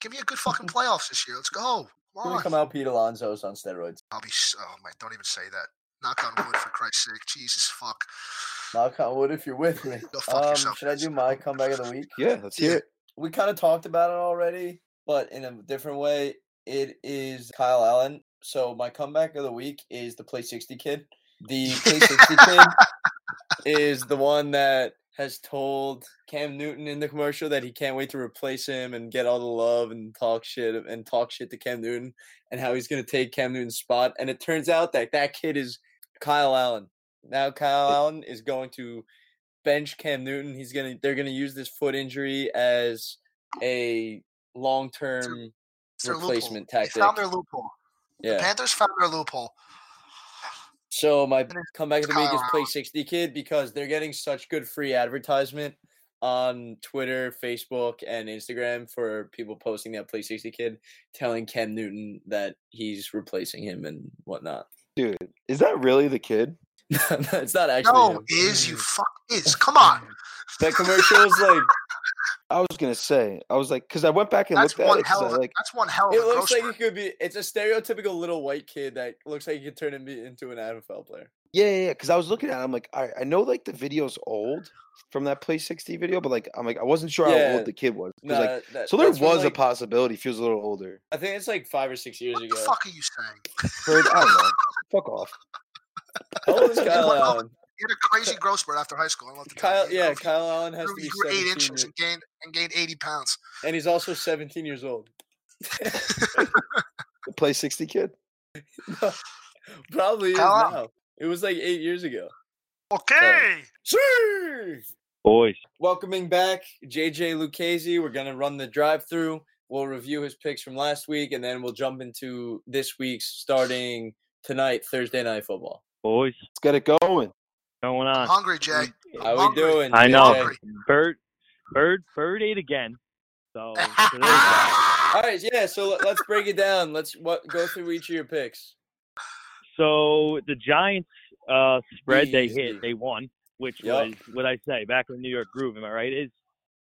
Speaker 1: Give me a good fucking playoffs this year. Let's go. Come
Speaker 2: Can we
Speaker 1: on.
Speaker 2: come out Pete Alonso's on steroids?
Speaker 1: I'll be so. Oh my! Don't even say that. Knock on wood, for Christ's sake. Jesus fuck.
Speaker 2: Knock on wood if you're with me.
Speaker 1: Go fuck
Speaker 2: Um,
Speaker 1: yourself,
Speaker 2: should I do my comeback of the week?
Speaker 3: Yeah, let's hear
Speaker 1: Yeah.
Speaker 3: it.
Speaker 2: we kind of talked about it already, but in a different way. It is Kyle Allen. So my comeback of the week is the Play 60 kid. The Play 60 kid is the one that has told Cam Newton in the commercial that he can't wait to replace him and get all the love and talk shit and talk shit to Cam Newton and how he's going to take Cam Newton's spot. And it turns out that that kid is Kyle Allen. Now Kyle Allen is going to bench Cam Newton. He's gonna they're gonna use this foot injury as a long term.
Speaker 1: It's their
Speaker 2: Replacement
Speaker 1: loophole. They found
Speaker 2: tactic.
Speaker 1: their loophole.
Speaker 2: Yeah.
Speaker 1: Panthers found their loophole.
Speaker 2: So my
Speaker 1: Then it's
Speaker 2: comeback of the week is
Speaker 1: Kyle
Speaker 2: play sixty kid because they're getting such good free advertisement on Twitter, Facebook, and Instagram for people posting that play sixty kid, telling Cam Newton that he's replacing him and whatnot.
Speaker 3: Is that really the kid?
Speaker 2: it's not actually
Speaker 1: No,
Speaker 2: him.
Speaker 1: is you fuck is. Come on.
Speaker 2: that commercial is like
Speaker 3: I was gonna say. I was like, because I went back and
Speaker 1: That's
Speaker 3: looked at
Speaker 1: one
Speaker 3: it. 'cause
Speaker 1: hell
Speaker 3: I,
Speaker 1: of a,
Speaker 3: like,
Speaker 1: that's one hell of Oh, a
Speaker 2: it looks
Speaker 1: gross
Speaker 2: like
Speaker 1: mark.
Speaker 2: it could be it's a stereotypical little white kid that looks like he could turn him into an NFL player.
Speaker 3: yeah, yeah, yeah. Because I was looking at. It, I'm like, all right, I know like the video's old from that Play 60 video, but like, I'm like, I wasn't sure
Speaker 2: Yeah.
Speaker 3: how old the kid was. 'cause,
Speaker 2: No,
Speaker 3: like,
Speaker 2: that- that-
Speaker 3: so there
Speaker 2: that's
Speaker 3: was
Speaker 2: when,
Speaker 3: a
Speaker 2: like-
Speaker 3: possibility. If he was a little older,
Speaker 2: I think it's like five or six years
Speaker 1: What the
Speaker 2: ago.
Speaker 1: fuck are you saying?
Speaker 3: Heard- I don't know. Fuck off.
Speaker 2: How old is Kyle
Speaker 1: What the-
Speaker 2: Allen?
Speaker 1: You had a crazy growth spurt after high school. I don't know if you
Speaker 2: Kyle,
Speaker 1: know. You
Speaker 2: yeah,
Speaker 1: grew-
Speaker 2: Kyle Allen has
Speaker 1: grew-
Speaker 2: to be
Speaker 1: you grew eight
Speaker 2: 17
Speaker 1: inches
Speaker 2: years-
Speaker 1: and gained and gained eighty pounds.
Speaker 2: and he's also 17 years old.
Speaker 3: The Play 60 kid.
Speaker 2: Probably is
Speaker 1: Kyle Allen.
Speaker 2: now. It was like eight years ago.
Speaker 1: Okay.
Speaker 2: Sure.
Speaker 3: Boys.
Speaker 2: Welcoming back JJ Lucchese. We're gonna run the drive-through. We'll review his picks from last week, and then we'll jump into this week's starting tonight, Thursday night football.
Speaker 5: Boys,
Speaker 3: Let's get it going.
Speaker 5: going
Speaker 1: I'm
Speaker 5: on?
Speaker 1: hungry, Jay.
Speaker 2: How we
Speaker 1: hungry.
Speaker 2: doing?
Speaker 5: I know.
Speaker 2: JJ?
Speaker 1: Hungry.
Speaker 5: Bird, bird, bird ate again. So so there's that.
Speaker 2: All right, yeah. So let- let's break it down. Let's what go through each of your picks.
Speaker 5: So the Giants uh, spread they
Speaker 2: Easy.
Speaker 5: hit, they won, which
Speaker 2: Yup.
Speaker 5: was what I say back in New York groove. Am I right? Is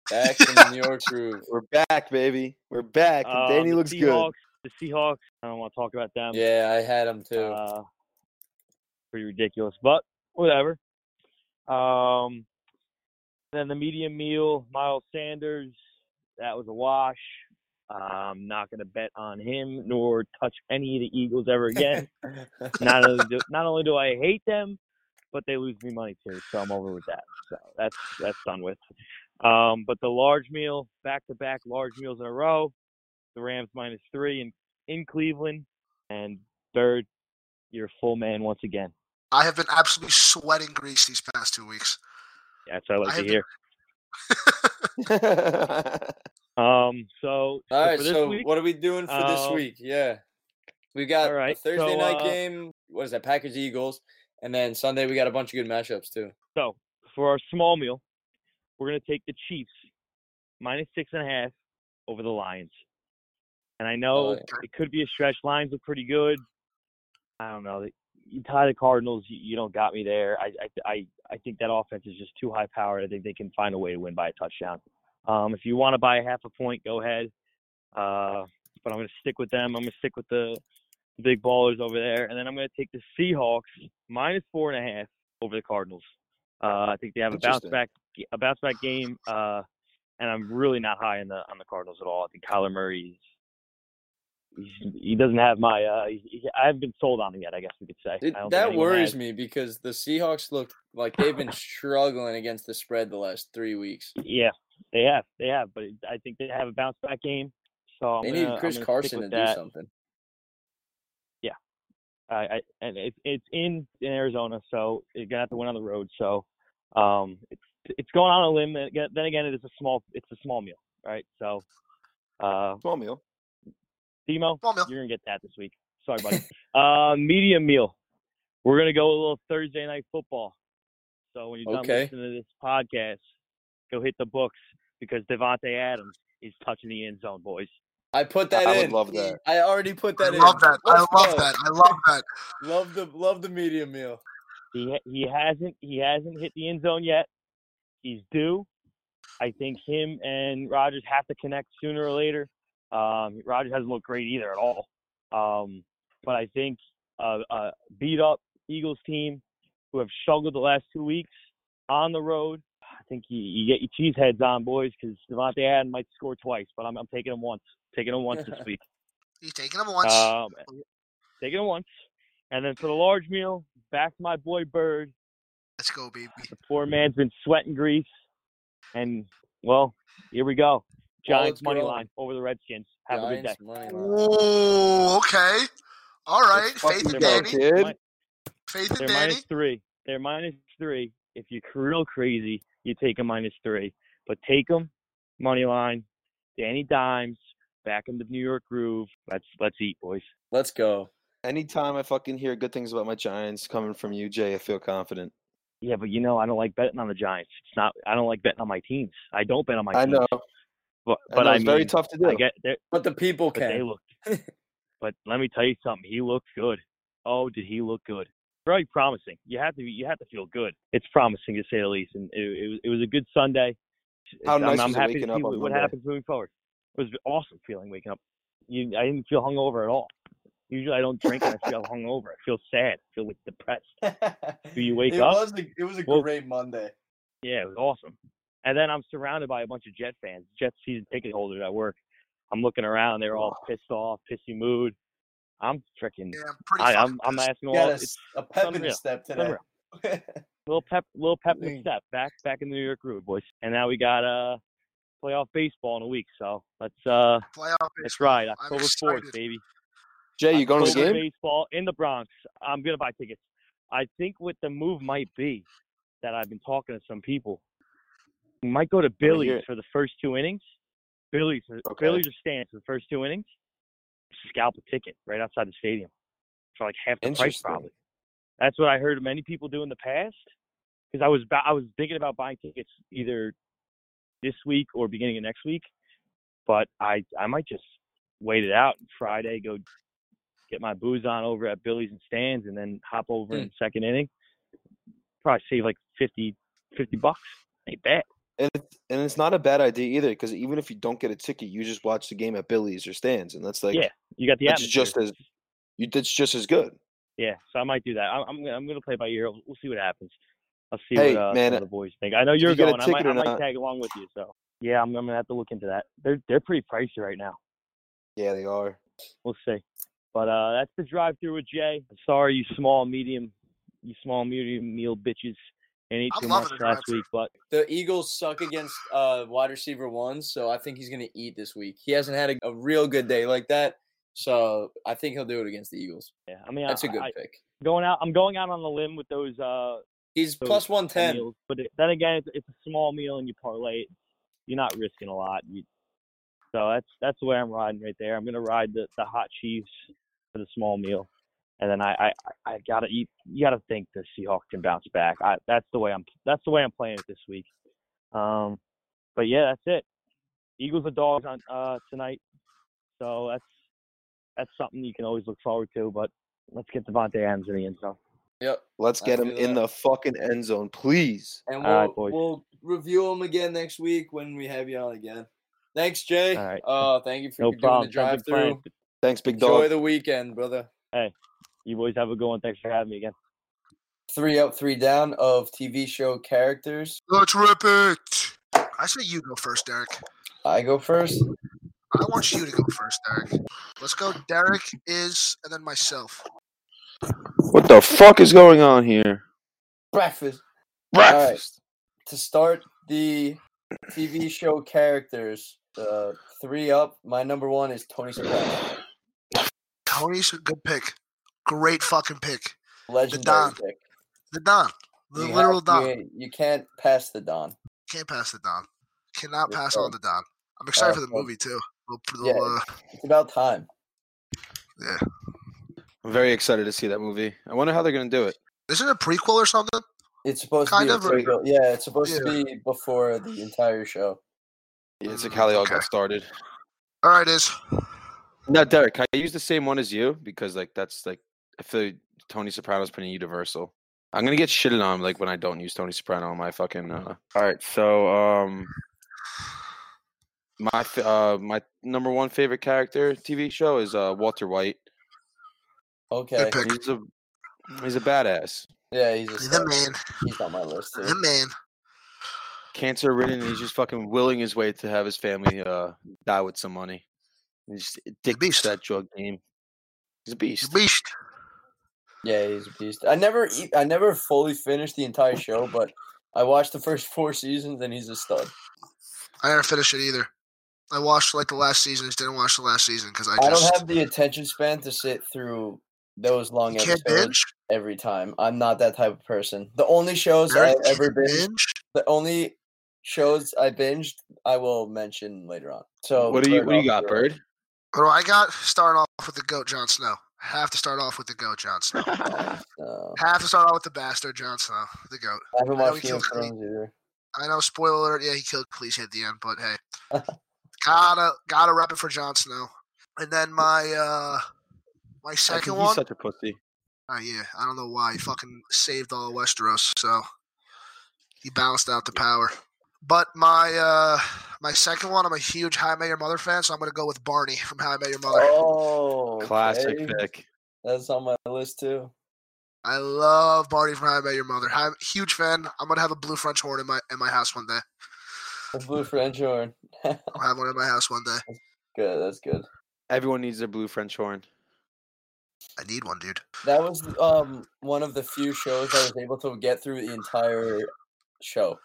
Speaker 2: Back in the New York groove.
Speaker 3: We're back, baby. We're back. and Danny looks
Speaker 5: um, Seahawks, good. The Seahawks. I don't want to talk about them.
Speaker 2: Yeah, I had him too.
Speaker 5: Um, Uh, pretty ridiculous, but whatever. Um, then the medium meal, Miles Sanders. That was a wash. I'm not going to bet on him nor touch any of the Eagles ever again. not, only do, not only do I hate them, but they lose me money too, so I'm over with that. So that's that's done with. Um, but the large meal, back to back large meals in a row. The Rams minus three in, in Cleveland, and third, you're a full man once again.
Speaker 1: I have been absolutely sweating grease these past two weeks.
Speaker 5: That's what I like
Speaker 1: I
Speaker 5: to
Speaker 1: have-
Speaker 5: hear.
Speaker 3: good.
Speaker 5: Um, so, so
Speaker 2: all right,
Speaker 5: for this
Speaker 2: so
Speaker 5: week,
Speaker 2: what are we doing for this
Speaker 5: uh,
Speaker 2: week? Yeah, we got
Speaker 5: all
Speaker 2: a
Speaker 5: right,
Speaker 2: Thursday
Speaker 5: so,
Speaker 2: night
Speaker 5: uh,
Speaker 2: game. What is that? Packers Eagles, and then Sunday we got a bunch of good matchups too.
Speaker 5: so for our small meal, we're gonna take the Chiefs minus six and a half over the Lions. And I know
Speaker 2: yeah.
Speaker 5: it could be a stretch. Lions look pretty good. I don't know. You tie the Cardinals, you, you don't got me there. I, I I I think that offense is just too high powered. I think they can find a way to win by a touchdown. Um, if you want to buy half a point, go ahead. Uh, but I'm going to stick with them. I'm going to stick with the big ballers over there, and then I'm going to take the Seahawks minus four and a half over the Cardinals. Uh, I think they have a bounce
Speaker 3: Interesting.
Speaker 5: back a bounce back game, uh, and I'm really not high on the on the Cardinals at all. I think Kyler Murray's he's,
Speaker 2: Mm-hmm.
Speaker 5: he doesn't have my uh, he, he- I haven't been sold on him yet. I guess we could say
Speaker 2: It-
Speaker 5: I don't think
Speaker 2: that
Speaker 5: anyone
Speaker 2: worries
Speaker 5: has.
Speaker 2: me because the Seahawks look like they've been struggling against the spread the last three weeks.
Speaker 5: Yeah, they have, they have, but it- I think they have a bounce back game. So I'm
Speaker 2: They
Speaker 5: gonna,
Speaker 2: need
Speaker 5: Oh, I'm
Speaker 2: Chris
Speaker 5: gonna stick
Speaker 2: Carson to
Speaker 5: with that.
Speaker 2: do something.
Speaker 5: I, I and it's it's in, in Arizona, so you're gonna have to win on the road. So, um, it's it's going on a limb. Then again- Then again, it is a small it's a small meal, right? So, uh,
Speaker 3: Small meal.
Speaker 5: Demo,
Speaker 1: Small meal.
Speaker 5: you're gonna get that this week. Sorry, buddy. uh, medium meal. We're gonna go a little Thursday night football. So when you're done
Speaker 2: Okay.
Speaker 5: listening to this podcast, go hit the books because Devonte Adams is touching the end zone, boys.
Speaker 2: I put that
Speaker 3: I
Speaker 2: in.
Speaker 3: would love that.
Speaker 2: I already put
Speaker 1: I
Speaker 2: that in.
Speaker 1: love that. I
Speaker 2: Let's
Speaker 1: love
Speaker 2: go.
Speaker 1: that. I love that.
Speaker 2: Love the love the medium meal.
Speaker 5: He ha- he hasn't he hasn't hit the end zone yet. He's due. I think him and Rogers have to connect sooner or later. Um, Rogers hasn't looked great either at all. Um, but I think uh, uh, beat up Eagles team who have struggled the last two weeks on the road. I think you, you get your cheese heads on, boys, because Devontae Adams might score twice, but I'm, I'm taking him once. Taking him once this week.
Speaker 1: You taking them once?
Speaker 5: Um, taking him once. And then for the large meal, back to my boy Bird.
Speaker 1: Let's go, baby.
Speaker 5: The poor man's been sweating grease. And, well, here we go. Giants
Speaker 2: it's
Speaker 5: money
Speaker 2: growing.
Speaker 5: line over the Redskins. Have a good day.
Speaker 2: Giants money line.
Speaker 1: Oh, okay. All right. Faith
Speaker 3: fucking
Speaker 1: in
Speaker 3: go,
Speaker 1: Danny.
Speaker 3: kid.
Speaker 5: Min-
Speaker 1: Faith in
Speaker 5: They're
Speaker 1: Danny.
Speaker 5: minus three. They're minus three. If you're real crazy, you take a minus three. But take them, money line, Danny Dimes, back in the New York groove. Let's let's eat, boys.
Speaker 2: Let's go.
Speaker 3: Anytime I fucking hear good things about my Giants coming from you, Jay, I feel confident.
Speaker 5: Yeah, but you know I don't like betting on the Giants. It's not. I don't like betting on my teams. I don't bet on my.
Speaker 3: I
Speaker 5: teams.
Speaker 3: know,
Speaker 5: But,
Speaker 3: I
Speaker 5: but
Speaker 3: know
Speaker 5: I
Speaker 3: it's very
Speaker 5: mean,
Speaker 3: tough to do.
Speaker 5: I get there.
Speaker 2: But the people
Speaker 5: But they
Speaker 2: can.
Speaker 5: looked. but let me tell you something. He looked good. Oh, did he look good? Very promising. You have to. be- You have to feel good. It's promising to say the least. And it, it, was- it was a good Sunday.
Speaker 3: How
Speaker 5: I'm,
Speaker 3: nice
Speaker 5: I'm
Speaker 3: was it
Speaker 5: happy
Speaker 3: waking
Speaker 5: to
Speaker 3: up on
Speaker 5: see what, what
Speaker 3: Monday?
Speaker 5: happens moving forward. It was an awesome feeling waking up. You, I didn't feel hungover at all. Usually I don't drink and I feel hungover. I feel sad. I feel like depressed. Do you wake
Speaker 2: it
Speaker 5: up?
Speaker 2: Was a, it was a
Speaker 5: Well-
Speaker 2: great Monday.
Speaker 5: Yeah, it was awesome. And then I'm surrounded by a bunch of Jet fans, Jet season ticket holders at work. I'm looking around; they're all pissed off, pissy mood. I'm freaking.
Speaker 1: Yeah, I'm pretty.
Speaker 5: I,
Speaker 1: fucking
Speaker 5: I'm I'm
Speaker 1: pissed.
Speaker 5: asking
Speaker 2: Got
Speaker 5: all
Speaker 2: a,
Speaker 5: it's
Speaker 2: s- a pep in
Speaker 5: unreal.
Speaker 2: his step today.
Speaker 5: unreal. little pep, little pep in the
Speaker 2: Yeah.
Speaker 5: step back back in the New York Groove, boys. And now we got uh playoff baseball in a week, so let's uh
Speaker 1: playoff.
Speaker 5: let's ride
Speaker 1: I'm
Speaker 5: October fourth,
Speaker 1: excited.
Speaker 5: baby.
Speaker 3: Jay, you going to the
Speaker 5: October
Speaker 3: game?
Speaker 5: Baseball in the Bronx. I'm gonna buy tickets. I think what the move might be that I've been talking to some people. We might go to
Speaker 3: hear
Speaker 5: Billy's
Speaker 3: it.
Speaker 5: for the first two innings. Billy's
Speaker 3: Okay.
Speaker 5: Billy's are stands for the first two innings. Scalp a ticket right outside the stadium for like half the price,
Speaker 3: Interesting.
Speaker 5: probably. That's what I heard many people do in the past. Because I was ba- I was thinking about buying tickets either this week or beginning of next week, but I I might just wait it out and Friday go get my booze on over at Billy's and Stands and then hop over
Speaker 3: Hmm.
Speaker 5: in second inning. Probably save like 50, 50 bucks. Ain't bad.
Speaker 3: And it's, and it's not a bad idea either, because even if you don't get a ticket, you just watch the game at Billy's or Stan's, and that's like
Speaker 5: yeah, you got the
Speaker 3: that's
Speaker 5: atmosphere.
Speaker 3: just as you, that's just as good.
Speaker 5: yeah, so I might do that. I'm I'm, gonna- I'm gonna play by ear. We'll we'll see what happens. I'll see
Speaker 3: Hey,
Speaker 5: what uh,
Speaker 3: man,
Speaker 5: some of the boys think. I know
Speaker 3: did
Speaker 5: you're
Speaker 3: you get a
Speaker 5: going. I might,
Speaker 3: ticket or
Speaker 5: I might
Speaker 3: not?
Speaker 5: tag along with you. So yeah, I'm, I'm gonna have to look into that. They're they're pretty pricey right now.
Speaker 3: Yeah, they are.
Speaker 5: We'll see. But uh, that's the drive through with Jay. Sorry, you small medium, you small medium meal bitches. And ate
Speaker 1: I'm
Speaker 5: too
Speaker 1: loving
Speaker 5: much
Speaker 1: the
Speaker 5: last
Speaker 1: drive-thru.
Speaker 5: week, but
Speaker 2: The Eagles suck against uh, wide receiver ones, so I think he's going to eat this week. He hasn't had a, a real good day like that, so I think he'll do it against the Eagles.
Speaker 5: yeah, I mean,
Speaker 2: That's
Speaker 5: I,
Speaker 2: a good
Speaker 5: I,
Speaker 2: pick.
Speaker 5: going out. I'm going out on the limb with those uh
Speaker 2: He's
Speaker 5: so
Speaker 2: plus one ten.
Speaker 5: meals, but it, then again, it's, it's a small meal and you parlay. it. You're not risking a lot. You, so that's that's the way I'm riding right there. I'm gonna ride the the hot Chiefs for the small meal, and then I I, I I gotta eat. You gotta think the Seahawks can bounce back. I that's the way I'm that's the way I'm playing it this week. Um, but yeah, that's it. Eagles are dogs on uh tonight, so that's that's something you can always look forward to. But let's get Devontae Adams in the end zone.
Speaker 2: Yep.
Speaker 3: Let's
Speaker 2: I
Speaker 3: get him
Speaker 2: feel
Speaker 3: in
Speaker 2: that.
Speaker 3: the fucking end zone, please.
Speaker 2: And we'll,
Speaker 5: All right, boys.
Speaker 2: we'll review him again next week when we have you on again. Thanks, Jay.
Speaker 5: All right.
Speaker 2: Uh, thank you for
Speaker 5: No
Speaker 2: doing
Speaker 5: problem.
Speaker 2: the
Speaker 5: Sounds
Speaker 2: drive
Speaker 5: like plans.
Speaker 2: through.
Speaker 3: Thanks, big
Speaker 2: Enjoy
Speaker 3: dog.
Speaker 2: the weekend, brother.
Speaker 5: You boys have a good one. Thanks for having me again.
Speaker 2: Three up, three down of TV show characters.
Speaker 1: Let's rip it. I say you go first, Derek.
Speaker 2: I go first.
Speaker 1: I want you to go first, Derek. Let's go. Derek is, and then myself.
Speaker 3: What the fuck is going on here?
Speaker 2: Breakfast.
Speaker 3: Breakfast.
Speaker 2: to start the TV show characters, uh, three up. My number one is Tony Soprano,
Speaker 1: Tony's a good pick. Great fucking pick.
Speaker 2: legendary
Speaker 1: Don.
Speaker 2: pick.
Speaker 1: The Don. The
Speaker 2: You
Speaker 1: literal
Speaker 2: have-
Speaker 1: Don.
Speaker 2: You, you can't pass the Don.
Speaker 1: Can't pass the Don. Cannot
Speaker 2: Yes,
Speaker 1: pass
Speaker 2: sir.
Speaker 1: on the Don. I'm excited
Speaker 2: Uh,
Speaker 1: for the
Speaker 2: well,
Speaker 1: movie too. Little-
Speaker 2: yeah,
Speaker 1: little, uh,
Speaker 2: It's about time.
Speaker 3: I'm very excited to see that movie. I wonder how they're gonna do it.
Speaker 1: isn't it a prequel or something?
Speaker 2: It's supposed
Speaker 1: Kind
Speaker 2: to
Speaker 1: of,
Speaker 2: be. a
Speaker 1: or-
Speaker 2: prequel. yeah, it's supposed to be before the entire show.
Speaker 3: Yeah, it's like how they all
Speaker 1: Okay.
Speaker 3: got started.
Speaker 1: All right, is
Speaker 3: Now, Derek, can I use the same one as you? Because like that's like I feel like Tony Soprano's pretty universal. I'm gonna get shitted on like when I don't use Tony Soprano on my fucking. Uh... All right, so um, my fa- uh my number one favorite character TV show is uh Walter White.
Speaker 2: Okay.
Speaker 1: good pick.
Speaker 3: He's a he's a badass.
Speaker 2: Yeah, he's a
Speaker 1: He's the
Speaker 2: stud.
Speaker 1: man.
Speaker 2: He's on my list
Speaker 1: The
Speaker 2: too.
Speaker 1: man.
Speaker 3: Cancer ridden, and he's just fucking willing his way to have his family uh, die with some money. He's just addicted
Speaker 1: beast.
Speaker 3: to that drug game. He's a beast.
Speaker 1: He's a beast.
Speaker 2: Yeah, he's a beast. I never, e- I never fully finished the entire show, but I watched the first four seasons, and he's a stud.
Speaker 1: I didn't finish it either. I watched like the last season. Just didn't watch the last season because I
Speaker 2: I
Speaker 1: just
Speaker 2: don't have the attention span to sit through those long
Speaker 1: you can't
Speaker 2: episodes
Speaker 1: binge.
Speaker 2: every time. I'm not that type of person. The only shows
Speaker 1: Barry,
Speaker 2: I've
Speaker 1: you
Speaker 2: ever
Speaker 1: can't
Speaker 2: binged,
Speaker 1: binge?
Speaker 2: the only shows I binged, I will mention later on. So
Speaker 3: what do you
Speaker 2: Bird
Speaker 3: What do you
Speaker 2: off
Speaker 3: got,
Speaker 2: your-
Speaker 3: Bird?
Speaker 1: What do I got? Starting off with the goat, Jon Snow. Have to start off with the goat, Jon Snow.
Speaker 2: No,
Speaker 1: Have to start off with the bastard, Jon Snow, the goat.
Speaker 2: I haven't
Speaker 1: I know
Speaker 2: watched
Speaker 1: he
Speaker 2: Game of
Speaker 1: killed Cody.
Speaker 2: Thrones either.
Speaker 1: I know, spoiler alert. Yeah, he killed Khaleesi at the end, but hey, gotta gotta rep it for Jon Snow. And then my uh my
Speaker 3: I think
Speaker 1: second
Speaker 3: he's
Speaker 1: one.
Speaker 3: such a pussy.
Speaker 1: Oh yeah, I don't know why he fucking saved all of Westeros, so he balanced out the power. But my uh my second one, I'm a huge How I Met Your Mother fan, so I'm gonna go with Barney from How I Met Your Mother.
Speaker 2: Oh,
Speaker 3: Classic
Speaker 2: okay.
Speaker 3: pick.
Speaker 2: That's on my list too.
Speaker 1: I love Barney from How I Met Your Mother. I'm a huge fan. I'm gonna have a blue French horn in my in my house one day.
Speaker 2: The blue French horn. good.
Speaker 1: I'll have one in my house one day.
Speaker 2: That's good.
Speaker 3: Everyone needs their blue French horn.
Speaker 1: I need one, dude.
Speaker 2: That was um one of the few shows I was able to get through the entire show.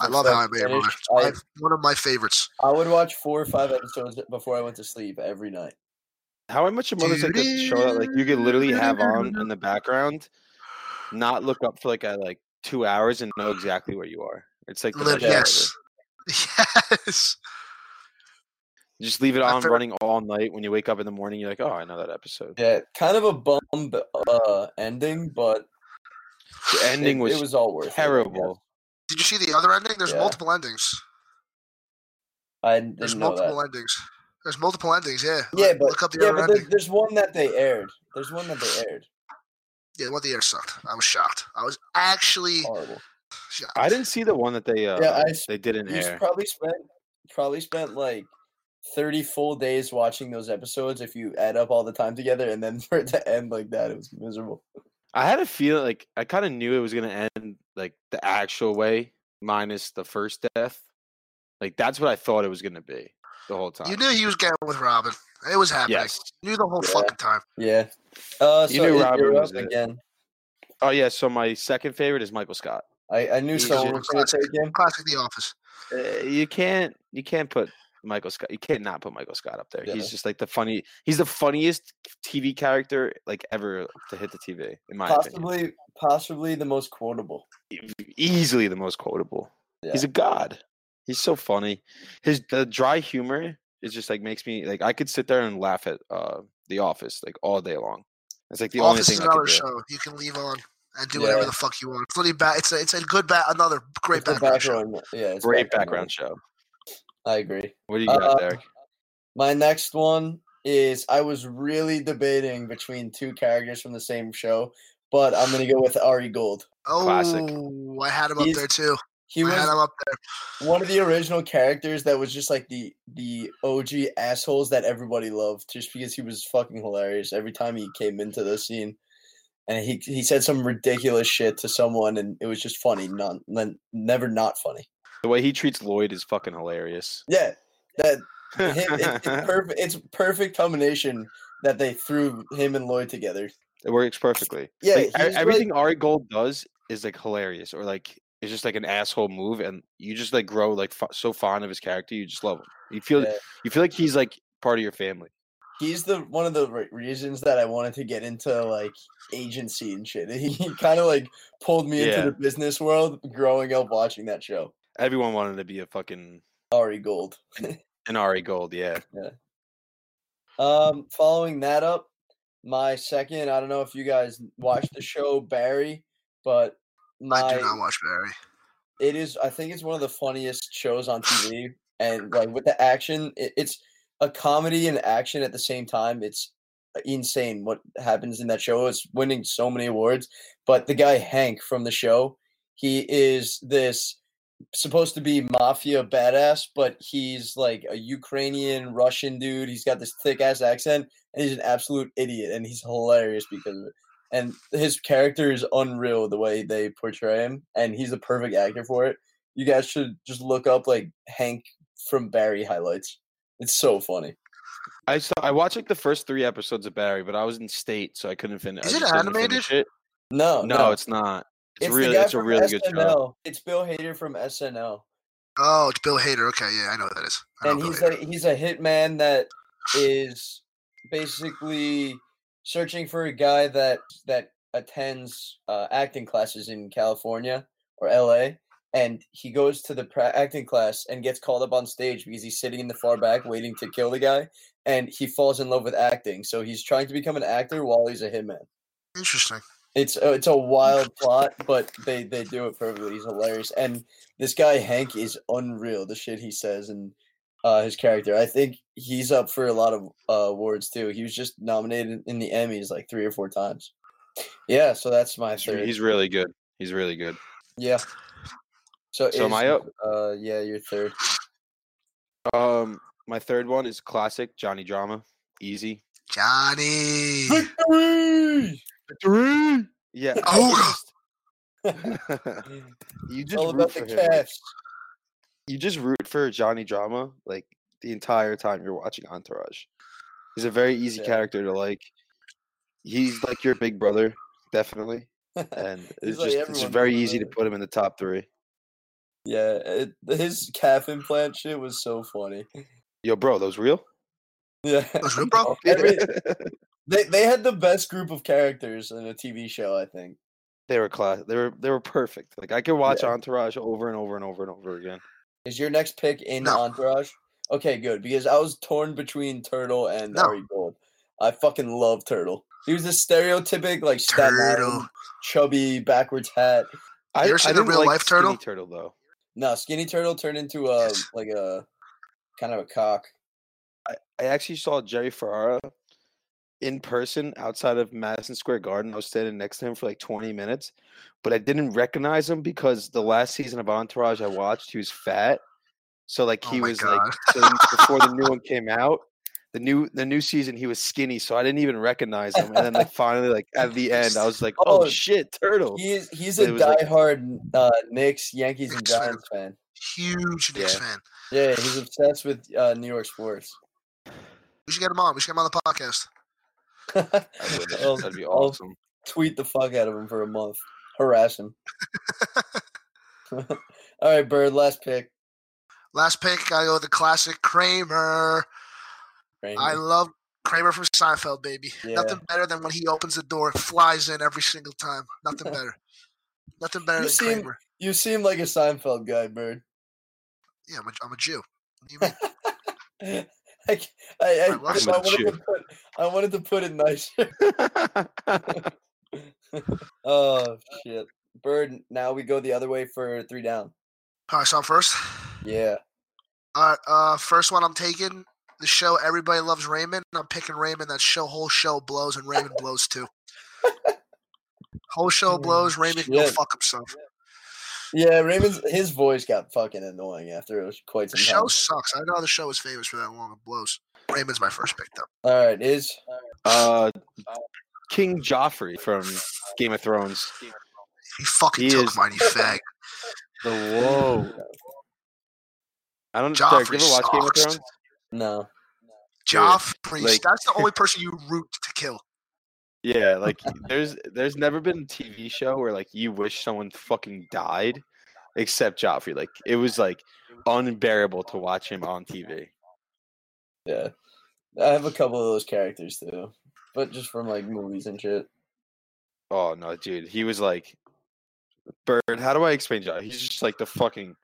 Speaker 1: I
Speaker 2: from
Speaker 1: love
Speaker 2: start
Speaker 1: How I
Speaker 2: to
Speaker 1: Met Your Mother.
Speaker 2: finish.
Speaker 1: It's my, one of my favorites.
Speaker 2: I, I would watch four or five episodes before I went to sleep every night.
Speaker 3: How much your mother's like this show that like you could literally have on in the background, not look up for like a, like two hours and know exactly where you are. It's like the
Speaker 1: Lit-
Speaker 3: best show ever.
Speaker 1: yes, yes.
Speaker 3: Just leave it
Speaker 1: My
Speaker 3: on
Speaker 1: favorite-
Speaker 3: running all night. When you wake up in the morning, you're like, oh, I know that episode.
Speaker 2: Yeah, kind of a bum b- uh, ending, but
Speaker 3: The ending
Speaker 2: it,
Speaker 3: was,
Speaker 2: it was all worth it, I guess.
Speaker 3: terrible.
Speaker 1: Did you see the other ending? There's
Speaker 2: Yeah.
Speaker 1: multiple endings.
Speaker 2: I didn't
Speaker 1: There's
Speaker 2: know that.
Speaker 1: multiple endings. There's multiple endings. Yeah.
Speaker 2: Yeah,
Speaker 1: Look-
Speaker 2: but,
Speaker 1: look up the
Speaker 2: yeah,
Speaker 1: other
Speaker 2: but there,
Speaker 1: ending.
Speaker 2: there's one that they aired. There's one that they aired.
Speaker 1: Yeah, what the air sucked. I was shocked. I was actually
Speaker 2: Horrible.
Speaker 1: shocked.
Speaker 3: I didn't see the one that they uh,
Speaker 2: I s-
Speaker 3: they did in
Speaker 2: You s-
Speaker 3: air.
Speaker 2: probably spent probably spent like thirty full days watching those episodes if you add up all the time together, and then for it to end like that, it was miserable.
Speaker 3: I had a feeling like I kind of knew it was gonna end like the actual way minus the first death. Like that's what I thought it was gonna be the whole time.
Speaker 1: You knew he was getting with Robin. It was happening.
Speaker 3: yes.
Speaker 1: You knew the whole
Speaker 2: Yeah.
Speaker 1: fucking time.
Speaker 2: Yeah. Uh, so
Speaker 3: You knew
Speaker 2: it-
Speaker 3: Robin
Speaker 2: you're
Speaker 3: was
Speaker 2: up
Speaker 3: it.
Speaker 2: again.
Speaker 3: Oh yeah. So my second favorite is Michael Scott.
Speaker 2: I, I knew
Speaker 3: He's
Speaker 2: someone
Speaker 3: just-
Speaker 2: was going to take him.
Speaker 1: Classic The Office.
Speaker 3: Uh, you can't you can't put Michael Scott. You can't not put Michael Scott up there.
Speaker 2: Yeah.
Speaker 3: He's just like the funny. He's the funniest TV character like ever to hit the TV in my opinion. E-,
Speaker 2: Possibly, possibly the most quotable.
Speaker 3: Easily the most quotable. He's a god. He's so funny. His the dry humor is just like makes me like I could sit there and laugh at uh The Office like all day long. It's like the only
Speaker 1: Office
Speaker 3: thing
Speaker 1: is
Speaker 3: I could
Speaker 1: another
Speaker 3: do.
Speaker 1: show you can leave on and do whatever
Speaker 2: Yeah.
Speaker 1: the fuck you want. It's really bad. It's a, it's a good ba- another great
Speaker 2: It's a
Speaker 1: background show.
Speaker 2: background- Yeah, it's
Speaker 3: Great background show.
Speaker 2: noise. I agree.
Speaker 3: What do you got,
Speaker 2: Uh,
Speaker 3: Derek?
Speaker 2: My next one is I was really debating between two characters from the same show, but I'm gonna go with Ari Gold.
Speaker 1: Oh,
Speaker 3: Classic.
Speaker 1: I had him up
Speaker 2: He's-
Speaker 1: there too.
Speaker 2: He
Speaker 1: I had
Speaker 2: was
Speaker 1: him up there.
Speaker 2: one of the original characters that was just like the the OG assholes that everybody loved, just because he was fucking hilarious every time he came into the scene, and he he said some ridiculous shit to someone, and it was just funny, not then never not funny.
Speaker 3: The way he treats Lloyd is fucking hilarious.
Speaker 2: Yeah, that him, it, it's perfect. It's perfect combination that they threw him and Lloyd together.
Speaker 3: It works perfectly.
Speaker 2: Yeah,
Speaker 3: Like, e-
Speaker 2: he's like-
Speaker 3: everything Ari Gold does is like hilarious, or like it's just like an asshole move, and you just like grow like f- so fond of his character, you just love him. You feel
Speaker 2: Yeah.
Speaker 3: you feel like he's like part of your family.
Speaker 2: He's the one of the re- reasons that I wanted to get into like agency and shit. He, kind of like pulled me
Speaker 3: Yeah.
Speaker 2: into the business world growing up watching that show.
Speaker 3: Everyone wanted to be a fucking
Speaker 2: Ari Gold.
Speaker 3: an Ari Gold, yeah.
Speaker 2: Um, following that up, my second. I don't know if you guys watched the show Barry, but my
Speaker 1: I do not watch Barry.
Speaker 2: it is i think it's one of the funniest shows on tv and like with the action it, it's a comedy and action at the same time it's insane what happens in that show it's winning so many awards but the guy hank from the show he is this supposed to be mafia badass but he's like a ukrainian russian dude he's got this thick ass accent and he's an absolute idiot and he's hilarious because of it and his character is unreal the way they portray him, and he's a perfect actor for it. You guys should just look up like Hank from Barry highlights. It's so funny.
Speaker 3: I saw. I watched like the first three episodes of Barry, but I was in state, so I couldn't fin- I
Speaker 1: Is
Speaker 3: just
Speaker 1: it
Speaker 3: couldn't finish.
Speaker 1: animated?
Speaker 3: it.
Speaker 2: No,
Speaker 3: No,
Speaker 2: Oh, no,
Speaker 3: it's not. It's,
Speaker 2: the
Speaker 3: really.
Speaker 2: guy
Speaker 3: It's a
Speaker 2: from
Speaker 3: really good show.
Speaker 2: SNL. It's Bill Hader from SNL,
Speaker 1: Oh, it's Bill Hader. Okay, yeah, I know what that is. I know
Speaker 2: and
Speaker 1: Bill
Speaker 2: he's
Speaker 1: Hader.
Speaker 2: a he's a hitman that is basically searching for a guy that that attends uh, acting classes in California or LA, and he goes to the pra- acting class and gets called up on stage because he's sitting in the far back waiting to kill the guy, and he falls in love with acting. So he's trying to become an actor while he's a hitman.
Speaker 1: Interesting.
Speaker 2: It's uh, it's a wild plot, but they they do it perfectly. He's hilarious, and this guy Hank is unreal. The shit he says and uh, his character. I think he's up for a lot of uh, awards too. He was just nominated in the Emmys like three or four times. Yeah, so that's my
Speaker 3: He's re-
Speaker 2: third.
Speaker 3: He's really good. He's really good.
Speaker 2: Yeah. So,
Speaker 3: So
Speaker 2: is,
Speaker 3: my up-
Speaker 2: uh yeah, your third.
Speaker 3: Um, my third one is classic Johnny Drama. Easy.
Speaker 1: Johnny.
Speaker 2: Victory!
Speaker 3: Yeah.
Speaker 1: Oh,
Speaker 3: you just
Speaker 2: all
Speaker 3: root
Speaker 2: about
Speaker 3: for
Speaker 2: the
Speaker 3: him, like,
Speaker 2: cash.
Speaker 3: you just root for Johnny Drama like the entire time you're watching Entourage. He's a very easy
Speaker 2: Yeah.
Speaker 3: character to like. He's like your big brother, definitely, and
Speaker 2: He's
Speaker 3: it's
Speaker 2: like
Speaker 3: just it's
Speaker 2: everyone's
Speaker 3: very
Speaker 2: big
Speaker 3: easy to
Speaker 2: brother.
Speaker 3: put him in the top three.
Speaker 2: Yeah, it, his calf implant shit was so funny.
Speaker 3: Yo, bro, those real?
Speaker 2: Yeah,
Speaker 1: Those real, bro?
Speaker 2: Every- They they had the best group of characters in a TV show, I think.
Speaker 3: they were class. They were they were perfect. Like I could watch
Speaker 2: Yeah.
Speaker 3: Entourage over and over and over and over again.
Speaker 2: Is your next pick in
Speaker 1: No.
Speaker 2: Entourage? Okay, good because I was torn between Turtle and
Speaker 1: No.
Speaker 2: Ari Gold. I fucking love Turtle. He was a stereotypic like Staten
Speaker 1: Turtle.
Speaker 2: Island, chubby backwards hat.
Speaker 3: I,
Speaker 1: ever
Speaker 3: I
Speaker 1: seen a
Speaker 3: didn't
Speaker 1: real
Speaker 3: like
Speaker 1: life turtle?
Speaker 3: Skinny turtle though.
Speaker 2: No, Skinny Turtle turned into a
Speaker 1: Yes.
Speaker 2: like a kind of a cock.
Speaker 3: I actually saw Jerry Ferrara in person outside of Madison Square Garden. I was standing next to him for like 20 minutes, but I didn't recognize him because the last season of Entourage I watched, he was fat. So like
Speaker 1: Oh
Speaker 3: he
Speaker 1: my
Speaker 3: was
Speaker 1: God.
Speaker 3: like so before the new one came out, the new the new season he was skinny, so I didn't even recognize him. And then like finally like at the end, I was like, "Oh,
Speaker 2: Oh,
Speaker 3: shit, turtle."
Speaker 2: He is he's
Speaker 3: But
Speaker 2: a
Speaker 3: it was, like-
Speaker 2: diehard uh, Knicks, Yankees, and
Speaker 1: Knicks fan.
Speaker 2: Giants fan.
Speaker 1: Huge Knicks
Speaker 3: Yeah.
Speaker 1: fan.
Speaker 2: Yeah, he's obsessed with uh, New York sports.
Speaker 1: We should get him on. We should get him on the podcast.
Speaker 3: I wish.
Speaker 1: Oh,
Speaker 2: I'll-
Speaker 3: That'd be
Speaker 2: I'll
Speaker 3: awesome.
Speaker 2: tweet the fuck out of him for a month. Harass him. All right, Bird, last pick.
Speaker 1: Last pick, I go with the classic Kramer.
Speaker 2: Raymond.
Speaker 1: I love Kramer from Seinfeld, baby.
Speaker 2: Yeah.
Speaker 1: Nothing better than when he opens the door, it flies in every single time. Nothing better. Nothing better
Speaker 2: You
Speaker 1: than
Speaker 2: seem-
Speaker 1: Kramer.
Speaker 2: you seem like a Seinfeld guy, Bird.
Speaker 1: Yeah, I'm a, I'm a Jew. What do you mean?
Speaker 2: I, I, I,
Speaker 1: love
Speaker 2: I
Speaker 3: that
Speaker 2: wanted
Speaker 3: you-
Speaker 2: to put, I wanted to put it nicer. oh shit, Bird. Now we go the other way for three down.
Speaker 1: All right, so I'm first.
Speaker 2: Yeah,
Speaker 1: All right, uh, first one I'm taking the show Everybody Loves Raymond. I'm picking Raymond. That show whole show blows, and Raymond blows too. Whole show blows. Raymond can go
Speaker 2: Shit.
Speaker 1: fuck himself.
Speaker 2: yeah. Raymond's his voice got fucking annoying after it was quite
Speaker 1: The
Speaker 2: some
Speaker 1: show
Speaker 2: time.
Speaker 1: sucks. I know the show is famous for that long. It blows. Raymond's my first pick, though.
Speaker 2: All right, is
Speaker 3: uh, King Joffrey from Game of Thrones.
Speaker 1: He fucking
Speaker 3: He
Speaker 1: took
Speaker 3: is-
Speaker 1: mine, you fag.
Speaker 3: The whoa. I don't. Derek, you
Speaker 1: Joffrey
Speaker 3: ever watch Game of
Speaker 1: sucks.
Speaker 3: Thrones?
Speaker 2: no.
Speaker 3: Dude,
Speaker 1: Joffrey,
Speaker 3: like-
Speaker 1: that's the only person you root to kill.
Speaker 3: Yeah, like there's there's never been a TV show where like you wish someone fucking died, except Joffrey. Like it was like unbearable to watch him on TV.
Speaker 2: Yeah, I have a couple of those characters too, but just from like movies and shit.
Speaker 3: Oh no, dude, he was like, Bird. How do I explain Joffrey? He's just like the fucking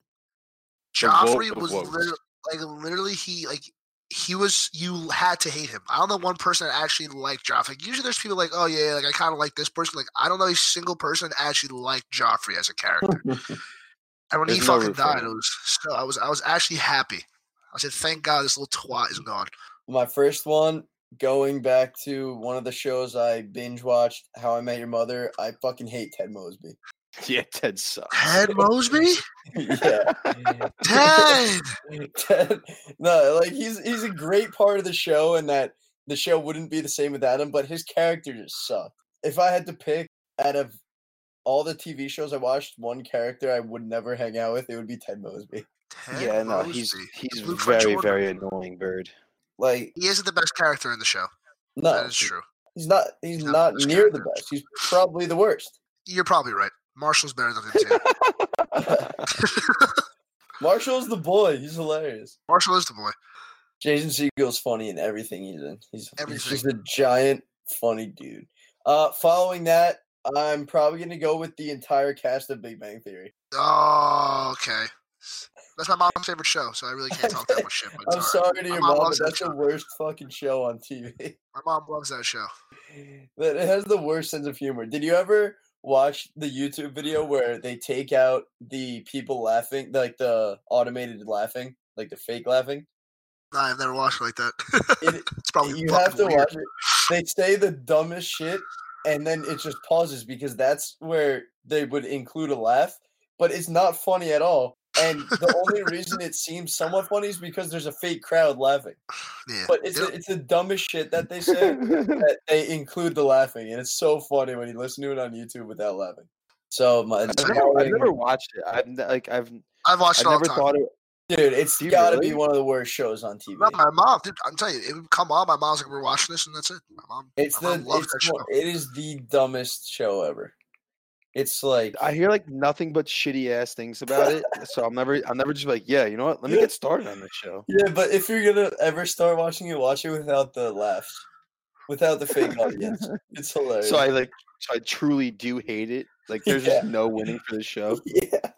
Speaker 3: The wo-
Speaker 1: Joffrey
Speaker 3: the
Speaker 1: was
Speaker 3: woes.
Speaker 1: literally, like literally he like he was you had to hate him. I don't know one person that actually liked Joffrey. Like, usually there's people like, oh yeah, like I kind of like this person. Like I don't know a single person that actually liked Joffrey as a character. and when he
Speaker 3: There's no
Speaker 1: fucking
Speaker 3: root for
Speaker 1: died,
Speaker 3: him.
Speaker 1: it was so I was I was actually happy. I said, thank God this little twat is gone.
Speaker 2: My first one, going back to one of the shows I binge watched, How I Met Your Mother. I fucking hate Ted Mosby.
Speaker 3: yeah, Ted sucks.
Speaker 1: Ted Mosby,
Speaker 2: yeah,
Speaker 1: Ted.
Speaker 2: Ted. No, like he's he's a great part of the show, and that the show wouldn't be the same without him. But his character just sucked. if I had to pick out of all the TV shows I watched, one character I would never hang out with, it would be Ted Mosby.
Speaker 1: Ted
Speaker 3: yeah, no, he's
Speaker 1: Mosby.
Speaker 3: he's
Speaker 1: Luke
Speaker 3: very
Speaker 1: Fitzgerald.
Speaker 3: very annoying bird.
Speaker 2: Like,
Speaker 1: He isn't the best character in the show.
Speaker 2: no,
Speaker 3: Uh,
Speaker 1: That is true.
Speaker 2: he's not. He's,
Speaker 1: He's not
Speaker 2: not
Speaker 1: the best
Speaker 2: near the
Speaker 1: character.
Speaker 2: best. He's probably the worst.
Speaker 1: You're probably right. Marshall's better than him too.
Speaker 2: Marshall's the boy. He's hilarious.
Speaker 1: Marshall is the boy.
Speaker 2: Jason Segel's funny in everything he's in. He's, he's just
Speaker 1: Everything.
Speaker 2: a giant funny dude. Uh, following that, I'm probably gonna go with the entire cast of Big Bang Theory.
Speaker 1: Oh, okay. That's my mom's favorite show, so I really can't talk that much shit. But it's
Speaker 2: I'm
Speaker 1: all right.
Speaker 2: sorry to
Speaker 1: My
Speaker 2: your
Speaker 1: mom
Speaker 2: mom, but
Speaker 1: loves that
Speaker 2: that's the
Speaker 1: show.
Speaker 2: worst fucking show on TV.
Speaker 1: My mom loves that show.
Speaker 2: That it has the worst sense of humor. Did you ever watch the YouTube video where they take out the people laughing, like the automated laughing, like the fake laughing?
Speaker 1: Nah, I've never watched it like that.
Speaker 2: It-
Speaker 1: it's probably
Speaker 2: you have
Speaker 1: fucking
Speaker 2: to
Speaker 1: weird.
Speaker 2: watch it. They say the dumbest shit, and then it just pauses because that's where they would include a laugh, but it's not funny at all. And the only reason it seems somewhat funny is because there's a fake crowd laughing.
Speaker 1: Yeah,
Speaker 2: But it's
Speaker 1: they
Speaker 2: the,
Speaker 1: don't-
Speaker 2: it's the dumbest shit that they say that they include the laughing, and it's so funny when you listen to it on YouTube without laughing. So my
Speaker 1: That's
Speaker 3: I've
Speaker 1: Like,
Speaker 3: never, I've
Speaker 2: following-
Speaker 3: never watched it. I've ne- like I've
Speaker 1: I've watched
Speaker 3: I've
Speaker 1: it all
Speaker 3: never
Speaker 1: the time.
Speaker 3: thought it.
Speaker 2: dude, it's
Speaker 3: Do you
Speaker 2: got to be
Speaker 3: really?
Speaker 2: one of the worst shows on TV.
Speaker 1: Not my mom, dude. I'm telling you, it would come on. My mom's like, "We're watching this," and that's it. My mom,
Speaker 2: It's
Speaker 1: my
Speaker 2: the
Speaker 1: mom loves that
Speaker 2: it's
Speaker 1: show.
Speaker 2: one- it is the dumbest show ever. It's like
Speaker 3: I hear like nothing but shitty ass things about it. so I'm never I'm never just like yeah. You know what? Let me get started on this show.
Speaker 2: yeah, but if you're gonna ever start watching it, watch it without the laughs, without the fake audience. It's hilarious.
Speaker 3: So I like so I truly do hate it. Like there's just
Speaker 2: Yeah.
Speaker 3: no winning for this show.
Speaker 2: yeah.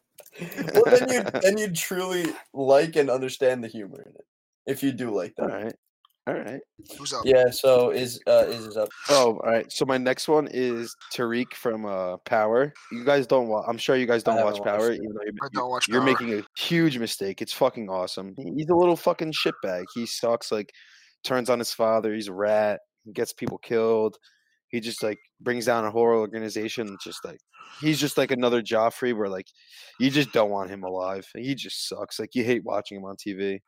Speaker 2: Well, then you then you truly like and understand the humor in it if you do like
Speaker 3: All
Speaker 2: that.
Speaker 3: right. All right.
Speaker 1: Who's up?
Speaker 2: Yeah. So is uh is is up.
Speaker 3: Oh, all right. So my next one is Tariq from uh, Power. You guys don't watch. I'm sure you guys don't
Speaker 2: haven't
Speaker 3: watch
Speaker 2: watched
Speaker 3: Power,
Speaker 2: it.
Speaker 3: even though
Speaker 1: I
Speaker 3: you're,
Speaker 1: don't watch.
Speaker 3: you're
Speaker 1: Power.
Speaker 3: making a huge mistake. It's fucking awesome. He- He's a little fucking shitbag. He sucks. Like, turns on his father. He's a rat. He gets people killed. He just like brings down a whole organization. It's Just like he's just like another Joffrey, where like you just don't want him alive. He just sucks. Like you hate watching him on TV.